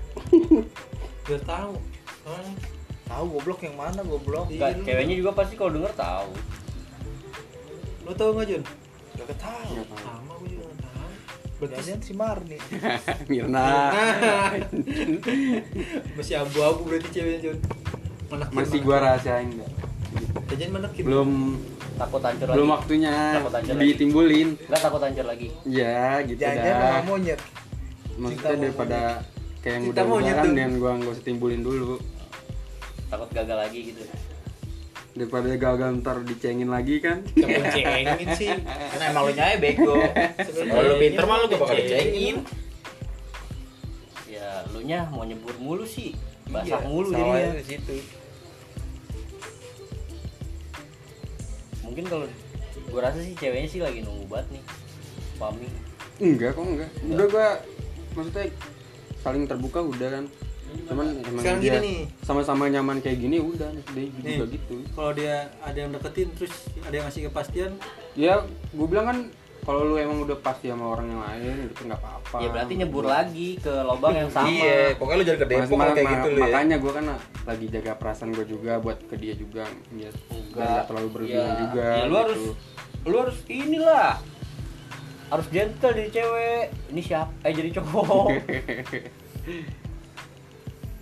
S4: biar tahu Ah,
S5: Tahu goblok yang mana goblok?
S4: Iya.
S2: Nggak, ceweknya juga pasti kalau denger tahu
S4: lo tau nggak Jun
S5: Gak ketahu.
S3: Enggak tahu.
S4: sama gue juga nggak tahu berarti
S5: Biasanya si Marni.
S3: Mirna
S4: masih abu-abu berarti ceweknya Jun Menekin,
S3: masih
S4: menekin.
S3: gua rahasiain enggak
S4: Jajan menekin
S3: belum
S2: takut hancur
S3: belum
S2: lagi
S3: waktunya
S2: Takut aja lagi.
S3: ditimbulin
S2: nggak takut hancur lagi
S3: ya gitu
S5: Jajan
S3: dah
S5: sama monyet. cinta
S3: maksudnya
S5: mau
S3: daripada kayak yang
S4: Cinta
S3: udah
S4: mau
S3: udahan
S4: nyentuh.
S3: dan gua nggak usah timbulin dulu
S2: takut gagal lagi gitu
S3: daripada gagal ntar dicengin lagi kan
S4: Jangan cengin sih
S1: karena emang lu nyai bego kalau lu pinter mah lu gak bakal dicengin
S2: ya lu nya mau nyebur mulu sih basah
S5: Iya,
S2: mulu
S5: sawahnya
S2: jadinya
S5: di situ.
S2: mungkin kalau gue rasa sih ceweknya sih lagi nunggu banget nih pami Ya,
S3: enggak kok enggak udah gua maksudnya saling terbuka udah kan cuman emang
S4: Sekarang
S3: dia
S4: gini nih.
S3: sama-sama nyaman kayak gini udah dia juga
S4: Nih.
S3: gitu
S4: kalau dia ada yang deketin terus ada yang ngasih kepastian
S3: ya gue bilang kan kalau lu emang udah pasti sama orang yang lain itu nggak apa-apa
S2: ya berarti nyebur lagi ke lobang yang sama
S1: iya pokoknya lu jangan ke Depok
S3: Mas-
S1: kalau
S3: ma-
S1: kayak
S3: ma-
S1: gitu lu ya
S3: makanya gue kan lagi jaga perasaan gue juga buat ke dia juga biar biar nggak terlalu berlebihan
S2: Ya,
S3: juga
S2: ya lu
S3: gitu.
S2: harus lu harus inilah harus gentle dari cewek ini siapa eh jadi cowok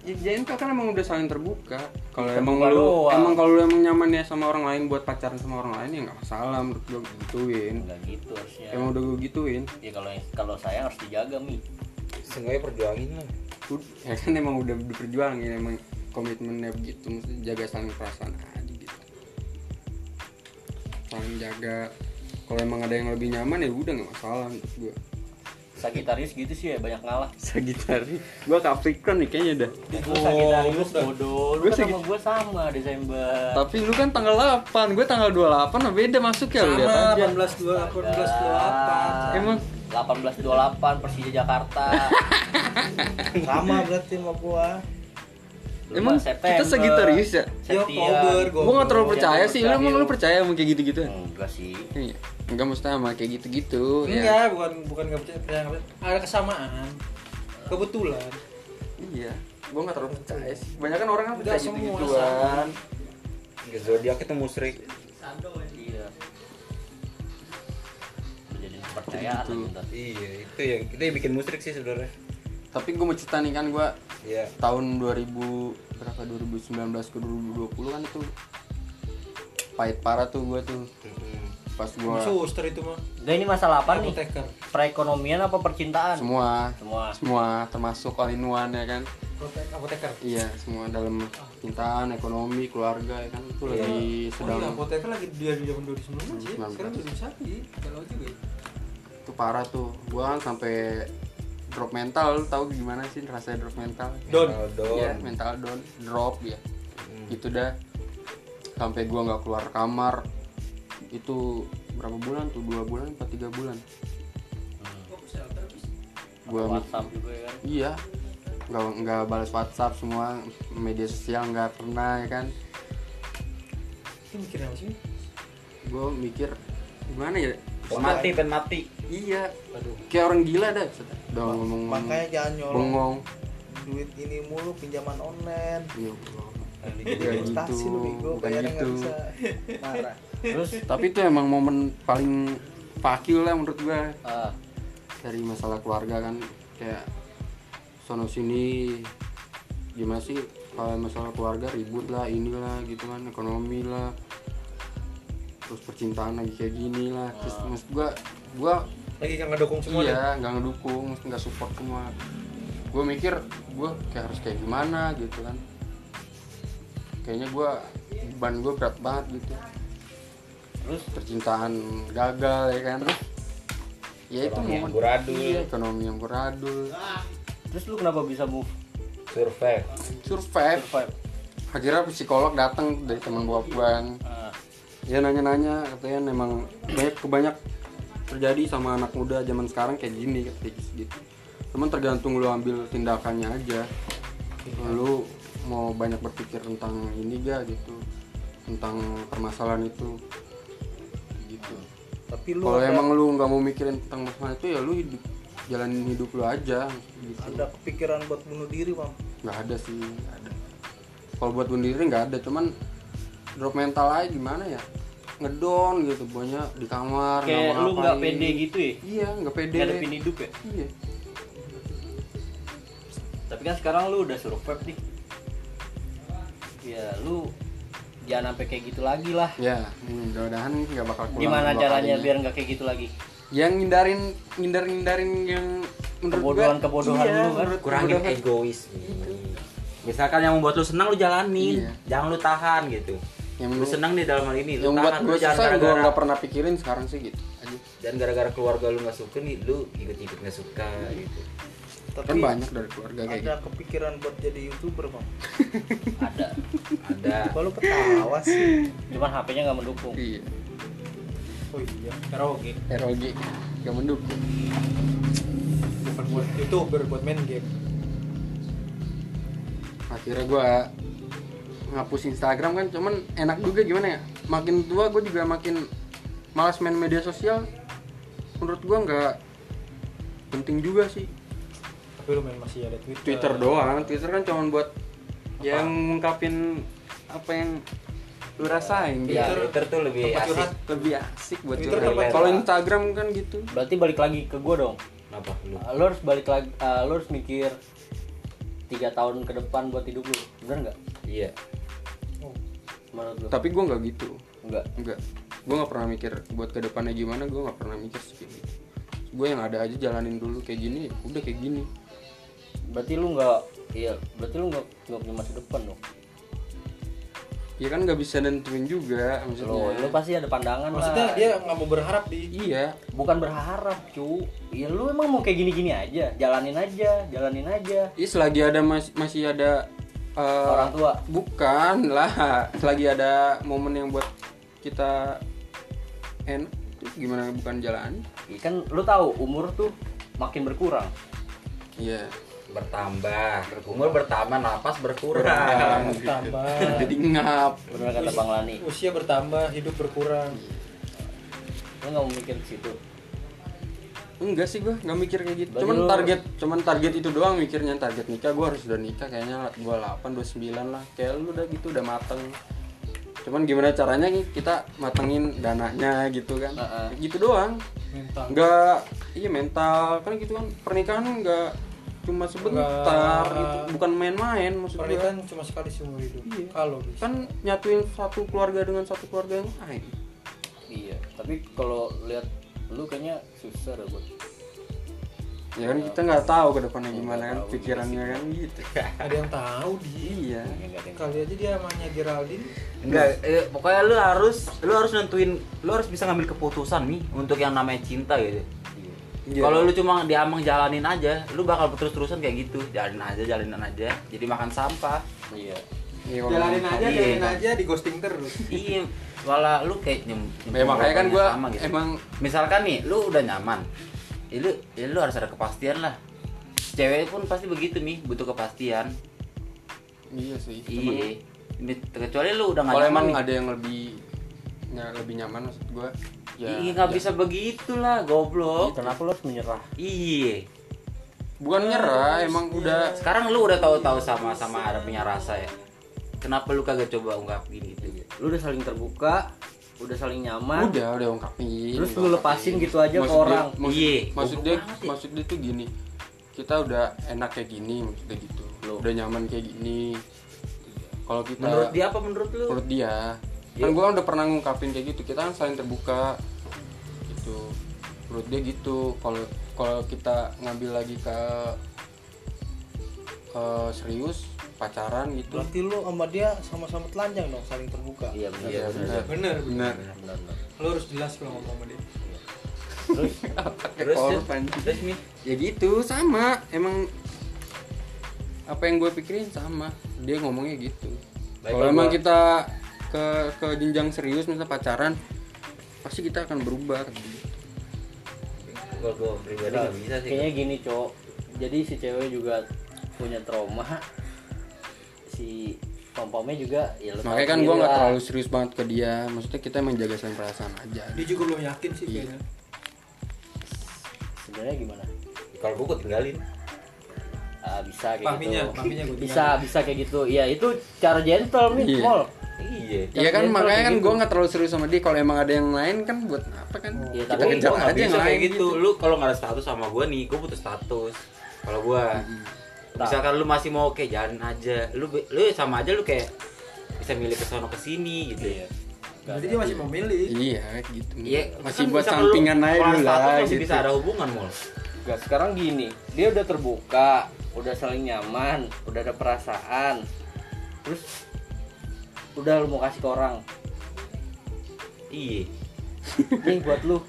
S3: Iya. Ya, Jenka kan emang udah saling terbuka. Kalau
S2: Terbuka
S3: emang lu
S2: doang.
S3: emang kalau lu emang nyaman ya sama orang lain buat pacaran sama orang lain ya nggak masalah menurut gue gituin.
S2: nggak gitu harusnya
S3: Emang udah gue gituin.
S2: ya kalau kalau sayang harus dijaga mi
S1: seenggaknya perjuangin lah
S3: Ud- Ya kan emang udah diperjuangin emang komitmennya begitu mesti jaga saling perasaan aja gitu. Saling jaga kalau emang ada yang lebih nyaman ya udah nggak masalah menurut gue.
S2: Sagitarius gitu sih ya banyak ngalah
S3: Sagitari. Gua Capricorn nih kayaknya dah.
S2: Dan lu Sagitarius
S4: dah.
S2: bodoh lu
S3: Gua
S2: kan
S3: Sagi-
S2: sama gue sama Desember
S3: Tapi lu kan tanggal 8, gue tanggal 28 nah beda masuk ya lu lihat
S4: sama
S3: aja.
S4: 18 dua 18 28
S3: Emang
S2: 1828 Persija Jakarta
S5: Sama berarti sama gua.
S2: Lu
S3: emang
S2: mah September,
S3: kita Sagitarius ya?
S4: Ya,
S2: Septian.
S4: Oktober,
S3: Gue gak terlalu
S2: Jangan
S3: percaya sih, lu
S2: percaya.
S3: emang lu percaya sama kayak gitu-gitu
S2: enggak sih
S3: Iya Enggak mustahil sama kayak gitu-gitu ya.
S4: Enggak, bukan bukan nggak percaya, percaya, nggak percaya. Ada kesamaan. Kebetulan.
S3: Iya Gue gak terlalu percaya sih Banyak kan orang kan percaya
S4: Enggak, semua
S3: gitu-gituan
S1: Nggak, zodiak itu musrik
S2: iya jadi kepercayaan
S3: Gitu.
S2: lagi ntar.
S1: iya itu yang itu yang bikin musrik sih sebenarnya
S3: Tapi gue mau cerita nih kan gue
S1: iya
S3: tahun 2000 berapa 2019 ke 2020 kan itu pahit parah tuh gue tuh pas gue
S4: Suster itu mah.
S2: Nah ini masalah apa nih?
S4: Apoteker.
S2: Perekonomian apa percintaan?
S3: semua
S2: Semua.
S3: semua termasuk all in one ya kan
S4: Apotek, apoteker.
S3: iya semua dalam cintaan ekonomi keluarga ya kan itu lagi
S4: Oh iya,
S3: sedang
S4: apoteker lagi dia di zaman 2019 sih.
S3: 19.
S4: Sekarang 2021 kalau juga.
S1: Iya,
S4: ya.
S3: itu parah tuh gua kan sampai drop mental lu tahu gimana sih rasanya drop mental
S4: Don.
S1: don
S3: ya mental down drop ya gitu dah sampai gua nggak keluar kamar itu berapa bulan tuh dua bulan empat tiga bulan gua
S2: WhatsApp juga ya kan.
S3: iya nggak nggak balas WhatsApp semua media sosial nggak pernah ya kan
S4: Itu mikirnya apa sih?
S3: gua mikir gimana ya
S1: mati pen mati
S3: iya kayak orang gila dah udah ngomong
S5: Makanya jangan nyolong
S3: bengong
S5: duit ini mulu pinjaman online.
S3: Ya Allah.
S5: Jadi
S3: Bukan
S5: Iya, investasi
S3: gitu,
S5: lu bego
S3: bukan
S5: kayaknya nggak
S3: gitu.
S5: bisa. Marah.
S2: Terus
S3: tapi itu emang momen paling pakil lah menurut gua
S4: Ah.
S2: eh,
S3: dari masalah keluarga kan kayak sono sini gimana sih kalau masalah keluarga ribut lah inilah gitu kan ekonomi lah terus percintaan lagi kayak gini lah terus maksud gua gua
S4: Ah. lagi yang ngedukung semua deh.
S3: iya nggak ngedukung maksud nggak support semua gua mikir gua kayak harus kayak gimana gitu kan kayaknya gua beban gua berat banget gitu
S2: Terus?
S3: percintaan gagal ya kan ya itu
S1: Ekonomi yang
S3: momen-
S1: buradul.
S3: iya, ekonomi yang buradul
S2: Terus lu kenapa bisa move
S1: survive
S3: survive
S2: survive?
S3: akhirnya psikolog datang dari teman gua pulang
S2: Ah,
S3: dia nanya-nanya katanya memang banyak kebanyak terjadi sama anak muda zaman sekarang kayak gini kayak gitu cuman tergantung lu ambil tindakannya aja
S5: Iya.
S3: lu mau banyak berpikir tentang ini ga gitu tentang permasalahan itu gitu
S5: tapi lu
S3: kalau
S5: ada,
S3: emang lu nggak mau mikirin tentang masalah itu ya lu hidup jalanin hidup lu aja gitu
S5: ada kepikiran buat bunuh diri bang
S3: nggak ada sih nggak ada kalau buat bunuh diri nggak ada cuman drop mental aja gimana ya ngedon gitu pokoknya di kamar
S2: Kayak
S3: mau
S2: lu nggak
S3: ngapain.
S2: pede gitu ya?
S3: iya nggak pede
S2: Ngadepin hidup ya?
S3: iya
S2: Tapi kan sekarang lu udah survive nih. Ya lu jangan sampai kayak gitu lagi lah.
S3: ya mudah-mudahan nggak bakal pulang
S2: Gimana
S3: dua
S2: caranya
S3: kalinya.
S2: biar nggak kayak gitu lagi?
S3: yang ngindarin ngindarin ngindarin yang menurut gua-
S2: Kebodohan-kebodohan
S3: iya,
S2: dulu kan.
S3: menurut
S1: kurangin eh,
S3: kebodohan.
S1: egois misalkan yang membuat lu senang lu jalanin
S3: Gitu. Iya.
S1: jangan lu tahan gitu
S3: Yang
S1: lu
S3: menurut-
S1: senang nih dalam hal ini lu
S3: yang buat
S1: tahan
S3: gue
S1: lu jangan
S3: susah gue
S1: gara-gara
S3: nggak pernah pikirin sekarang sih gitu aja
S1: dan gara-gara keluarga lu nggak suka nih lu ikut-ikut nggak suka gitu
S3: kan
S2: Iya.
S5: tapi
S3: banyak dari keluarga kayak gitu.
S5: ada kepikiran buat jadi youtuber bang
S2: Ada.
S1: ada
S5: kalau ketawa sih
S2: Cuman HP-nya nggak mendukung.
S3: gitu iya
S4: oh iya karaoke
S3: ROG gak mendukung
S4: bukan buat youtuber buat main game
S3: akhirnya gue ngapus Instagram kan cuman enak juga gimana ya makin tua gue juga makin malas main media sosial menurut gue nggak penting juga sih
S4: tapi lu main masih ada twitter
S3: Twitter doang Twitter kan cuman buat yang ngungkapin apa yang lu rasain
S1: ya,
S3: gitu
S1: Twitter tuh lebih
S4: Tempat
S1: asik
S4: curhat.
S3: lebih asik buat
S4: Twitter
S3: curhat.
S1: tempat
S3: kalau
S1: curhat.
S3: Instagram kan gitu
S2: Berarti balik lagi ke gua dong.
S1: kenapa lu
S2: Uh, Lu harus balik lagi, uh, lu harus mikir tiga tahun ke depan buat hidup lu, bener nggak?
S1: iya
S2: Menurut lu?
S3: tapi gue nggak gitu
S2: Enggak.
S3: enggak gue nggak pernah mikir buat ke depannya gimana gue nggak pernah mikir sih kayak gitu gue yang ada aja jalanin dulu kayak gini udah kayak gini
S2: Berarti lu nggak, iya. Berarti lu nggak nggak punya masa depan dong.
S3: ya kan nggak bisa nentuin juga maksudnya
S2: Lu, lu pasti ada pandangan
S4: maksudnya
S1: Nah.
S2: lah.
S4: dia nggak mau berharap di
S3: iya
S2: Bukan berharap cu, ya lu emang mau kayak gini-gini aja, jalanin aja, jalanin aja.
S3: iya selagi ada mas- masih ada eh,
S2: Orang tua.
S3: bukan lah selagi ada momen yang buat kita enak terus gimana bukan jalan
S2: Ya kan lu tahu umur tuh makin berkurang.
S3: iya
S1: bertambah umur bertambah napas berkurang
S3: Kurang.
S4: bertambah
S2: Eh.
S3: jadi ngap
S2: Bener kata Bang Lani.
S4: usia bertambah hidup berkurang
S2: Lu nggak mau mikir ke situ.
S3: enggak sih gue nggak mikir kayak gitu
S2: Berarti
S3: cuman
S2: lu-
S3: target cuman target itu doang mikirnya target nikah gue harus udah nikah kayaknya gue 8 29 lah kayak lu udah gitu udah mateng cuman gimana caranya nih kita matengin dananya gitu kan
S2: Heeh.
S3: gitu doang
S4: mental
S3: nggak iya mental kan gitu kan pernikahan nggak cuma sebentar
S4: Nggak.
S3: gitu bukan main-main maksud gue
S4: pernikahan kan cuma sekali seumur hidup
S3: Iya.
S4: kalau bisa
S3: kan nyatuin satu keluarga dengan satu keluarga yang lain
S2: Iya, tapi kalau lihat lu kayaknya susah deh buat
S3: ya kan kita nggak tahu ke depannya gimana kan
S2: tahu juga
S3: pikirannya kan gitu
S4: ada yang tahu di
S3: iya
S4: kali aja dia mamanya Geraldine
S1: enggak eh, pokoknya lu harus lu harus nentuin lu harus bisa ngambil keputusan nih untuk yang namanya cinta gitu
S3: Iya.
S1: Kalau lu cuma diamang jalanin aja, lu bakal terus-terusan kayak gitu. Jalanin aja, jalanin aja. Jadi makan sampah.
S2: Iya.
S3: Iya, kalau
S4: jalanin aja
S1: Iya.
S4: jalanin aja di ghosting terus
S1: iya, malah lu kayak nyem. nyem-
S3: Ya, makanya kan gua
S1: sama gitu.
S3: emang-
S1: misalkan nih lu udah nyaman. Ya, lu ya lu harus ada kepastian lah. Cewek pun pasti begitu nih, butuh kepastian.
S3: Iya sih. Cuman
S1: Iya. Ini- Kecuali lu udah nggak
S3: Kalau emang
S1: nyaman nih.
S3: ada yang lebih ya, lebih nyaman maksud gua. ya
S1: Iya, nggak bisa begitu lah, goblok.
S2: Kenapa lu harus menyerah?
S1: Iya.
S3: Bukan nyerah, emang udah
S1: Sekarang lu udah tahu-tahu sama-sama ada punya rasa ya. Kenapa lu kagak coba ungkapin gitu?
S2: Lu udah saling terbuka, udah saling nyaman.
S3: udah udah ungkapin.
S2: Terus
S3: udah
S2: lu
S3: ungkapin.
S2: lepasin gitu aja ke
S3: Maksud dia-
S2: orang.
S3: maksud-
S1: Iya.
S3: Maksud
S1: Goblok
S3: dia
S1: banget ya.
S3: maksud dia tuh gini. Kita udah enak kayak gini maksudnya gitu.
S2: Loh.
S3: Udah nyaman kayak gini. kalau kita
S1: menurut dia apa menurut lu
S3: menurut dia
S1: Iya.
S3: kan gue udah pernah ngungkapin kayak gitu kita kan saling terbuka gitu menurut dia gitu kalau kalau kita ngambil lagi ke ke serius pacaran gitu
S5: berarti lu sama dia sama-sama telanjang dong saling terbuka
S2: iya benar
S1: Iya,
S3: benar.
S4: bener
S3: benar
S2: benar benar.
S4: lo harus jelas kalau ngomong sama dia
S3: Pakai
S1: terus
S3: korban.
S1: terus Mi?
S3: ya gitu sama emang apa yang gue pikirin sama dia ngomongnya gitu
S1: Baik,
S3: kalau
S1: kalau
S3: emang
S1: gua-
S3: kita ke ke jenjang serius misalnya pacaran pasti kita akan berubah gitu.
S1: kalau gue pribadi nggak bisa sih
S2: Kayaknya gini, Cok. Jadi si cewek juga punya trauma. Si pom-pomnya juga ya lu
S3: makanya
S2: tahu
S3: kan gue
S2: sendiri
S3: nggak
S2: lah.
S3: terlalu serius banget ke dia maksudnya kita menjaga saling perasaan aja
S4: dia juga belum yakin sih
S3: Iya.
S4: kayaknya
S2: sebenarnya gimana?
S1: kalau gue gue tinggalin
S2: Ah, bisa kayak
S4: Pahminya,
S2: gitu.
S4: pahminya gua
S2: bisa,
S4: tinggalin.
S2: bisa kayak gitu. Iya, itu cara gentle nih,
S3: Iya.
S2: Mol.
S1: iya
S3: Iya kan
S2: Jangan
S3: makanya
S2: kayak
S3: kan
S2: gitu.
S3: gue nggak terlalu serius sama dia kalau emang ada yang lain kan buat apa kan
S2: Iya,
S3: kita
S1: Ya,
S2: tapi
S1: Gua-
S3: kejar
S1: gua nggak
S3: aja yang
S1: bisa
S3: lain
S1: kayak gitu. Lu kalau nggak ada status sama gue nih, gue butuh status. Kalau gue, misalkan lu masih mau kayak jalan aja, lu lu sama aja lu kayak bisa milih ke sono ke sini gitu ya.
S4: jadi dia masih memilih
S3: iya gitu
S1: Iya,
S3: masih
S1: kan
S3: buat
S1: misalkan lu-
S3: sampingan aja
S1: kalau ada
S3: dulu
S1: status
S3: lah
S1: masih
S3: gitu
S1: bisa ada hubungan mul.
S2: Gak, Nah, sekarang gini, dia udah terbuka, udah saling nyaman, udah ada perasaan. Terus udah lu mau kasih ke orang.
S1: Iya.
S2: Ini buat lu.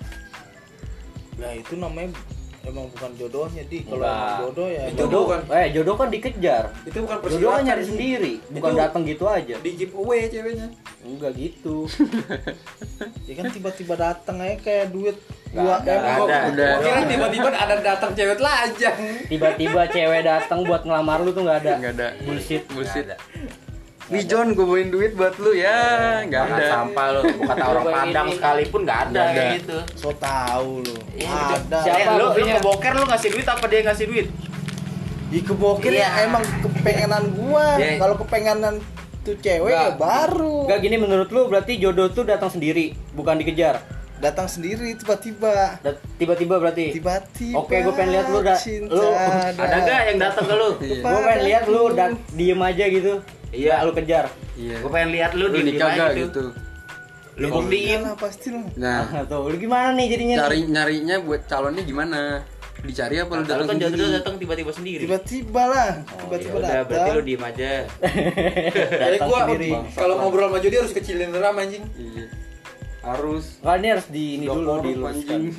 S5: nah itu namanya emang bukan jodohnya di kalau
S2: Enggak.
S5: emang jodoh ya
S4: Itu
S5: jodoh
S2: Jodoh
S4: bukan-
S2: kan eh jodoh kan dikejar.
S4: itu bukan
S2: Jodoh kan
S4: persilakan
S2: nyari
S4: Ji.
S2: sendiri, bukan
S4: Itu-
S2: datang gitu aja.
S4: di giveaway ceweknya
S2: Enggak gitu.
S5: ya kan tiba-tiba datang aja kayak duit
S2: Nggak
S5: dua
S2: ada.
S5: m
S1: Nggak ada.
S3: udah
S4: Gua kira tiba-tiba ada datang cewek lajang
S2: Tiba-tiba cewek datang buat ngelamar lu tuh nggak ada.
S3: nggak ada
S2: Bullshit.
S3: bullshit
S1: Nggak ada.
S3: Nih John, gue bawain duit buat lu ya, nggak
S1: Makan
S3: ada.
S1: sampah lu, Gua kata orang
S2: Coba
S1: Padang
S2: ini.
S1: sekalipun nggak ada
S3: Nggak ada.
S1: kayak gitu.
S5: so tau lu
S1: Iya,
S5: ada
S1: Siapa
S2: Siapa
S1: lu, lu
S2: punya?
S1: ngeboker lu ngasih duit apa dia yang ngasih duit?
S5: di kebokin ya
S1: Iya.
S5: emang kepengenan gua
S1: Iya.
S5: kalau kepengenan tuh cewek ya
S2: Nggak.
S5: baru
S2: Enggak gini menurut lu berarti jodoh tuh datang sendiri, bukan dikejar.
S5: datang sendiri tiba-tiba
S2: Dat- Tiba-tiba berarti.
S5: tiba-tiba
S2: Oke, gua pengen lihat lu, Da.
S5: cinta
S2: Lu-
S1: Ada gak yang datang ke lu?
S5: Iya.
S2: Gue pengen lihat lu dan diem aja gitu.
S1: Iya.
S2: Nggak lu kejar.
S3: Iya.
S1: Gue pengen lihat lu
S3: Lu
S1: di
S3: nikah
S1: mana
S3: gak
S1: gitu.
S3: gitu?
S1: Lu buktiin.
S5: lah pasti lu
S3: Nah,
S2: Nah, tuh lu gimana nih jadinya? nih?
S3: cari nyarinya buat calonnya gimana? Dicari apa lu
S1: Lu
S3: datang
S1: kan jodoh
S3: sendiri?
S1: datang tiba-tiba sendiri.
S5: tiba-tiba lah
S1: Oh,
S2: ya
S5: tiba-tiba
S1: yaudah, berarti
S5: datang
S1: lu diem aja.
S4: jadi
S2: Datang
S4: Eh, gua
S2: sendiri.
S4: kalau ngobrol sama dia harus kecilin ram anjing
S3: Iya. Harus
S2: Nggak, Kan ini harus di ini dulu
S3: Dapur,
S2: diluruskan.
S3: anjing.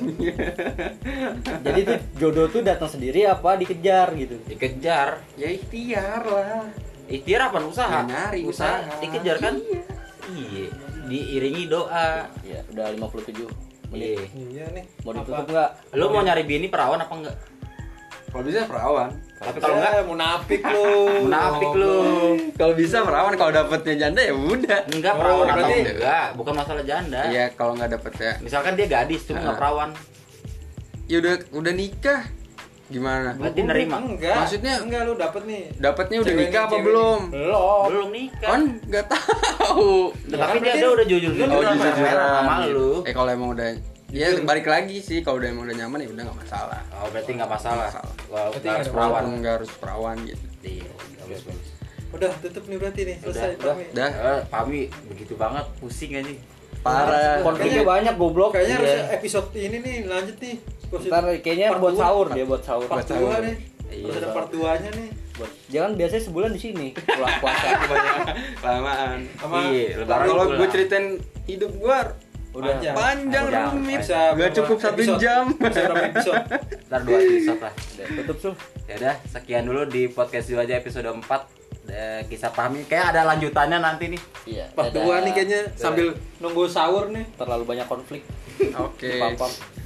S2: Jadi tuh jodoh tuh datang sendiri apa dikejar gitu.
S1: Dikejar.
S3: ya ikhtiar lah.
S1: Ikhtiar apa usaha?
S3: Ya, nyari usaha.
S1: Dikejar kan? Iya. Diiringi doa.
S2: Ya, udah 57 menit.
S1: Iya.
S4: iya nih
S2: Mau ditutup nggak?
S1: Lu mau nyari bini perawan apa enggak?
S3: Kalau bisa perawan.
S1: Tapi kalau enggak
S4: munafik lu
S1: munafik lu.
S3: Kalau bisa perawan, kalau dapetnya janda ya udah.
S1: Enggak
S4: Oh,
S1: perawan atau
S4: berarti-
S1: enggak, bukan masalah janda.
S3: Iya, kalau nggak dapet ya.
S1: Misalkan dia gadis cuma enggak
S3: Ah.
S1: perawan.
S3: Ya udah udah nikah. Gimana?
S1: Berarti nerima.
S4: enggak
S3: Maksudnya-
S4: enggak lu dapet nih
S3: Dapatnya udah
S4: Cewek
S3: nikah
S4: nih,
S3: apa
S4: cewek
S3: belum?
S4: nih. belum
S1: Belum nikah.
S3: Kan nggak tahu.
S1: Tapi dia,
S4: berarti-
S1: dia udah jujur
S4: Lu
S1: jujur
S4: Oh,
S1: sama lu.
S3: Eh kalau emang udah ya balik lagi sih kalau udah emang udah nyaman ya udah nggak masalah.
S1: Oh, berarti enggak masalah.
S3: Masalah.
S1: Wah,
S4: Berarti
S1: enggak harus
S4: nggak
S1: perawan.
S3: Perawan nggak harus perawan gitu.
S1: Iya, bagus bagus.
S4: udah tutup nih berarti nih
S1: Udah,
S4: selesai ya?
S1: udah.
S4: Tommy.
S3: Dah.
S1: Eh, Pami begitu banget pusing aja.
S3: Parah. Iya.
S2: Konfliknya Eh, banyak
S4: Oh,
S2: goblok.
S4: kayaknya harus
S2: Iya.
S4: episode ini nih lanjut nih Episode
S2: Ntar kayaknya
S4: part
S2: buat
S4: dua.
S2: sahur dia buat sahur.
S4: part
S3: Buat sahur.
S4: 2 nih
S1: Iya,
S4: harus ada
S1: sahur.
S4: part 2 nya nih
S2: Buat- Jangan biasanya sebulan di sini pulang puasa.
S3: Kelamaan.
S4: sama
S1: Iya, lebaran
S3: Kalau
S1: pulang.
S3: gue ceritain hidup gue
S2: Udah.
S4: Panjang.
S3: panjang
S1: Panjang.
S3: rumit.
S4: Bisa
S3: Gak
S4: berapa
S3: cukup satu
S4: episode?
S3: jam.
S4: Bisa berapa episode
S1: Ntar dua episode lah.
S2: Tutup Sul.
S1: Ya udah, sekian dulu di podcast dua aja episode 4 Eh, kisah Pami. Kayak ada lanjutannya nanti nih.
S2: Iya.
S4: part
S2: dadah.
S4: 2 nih kayaknya sambil nunggu sahur nih
S2: terlalu banyak konflik.
S3: Oke.
S2: Pam-pam.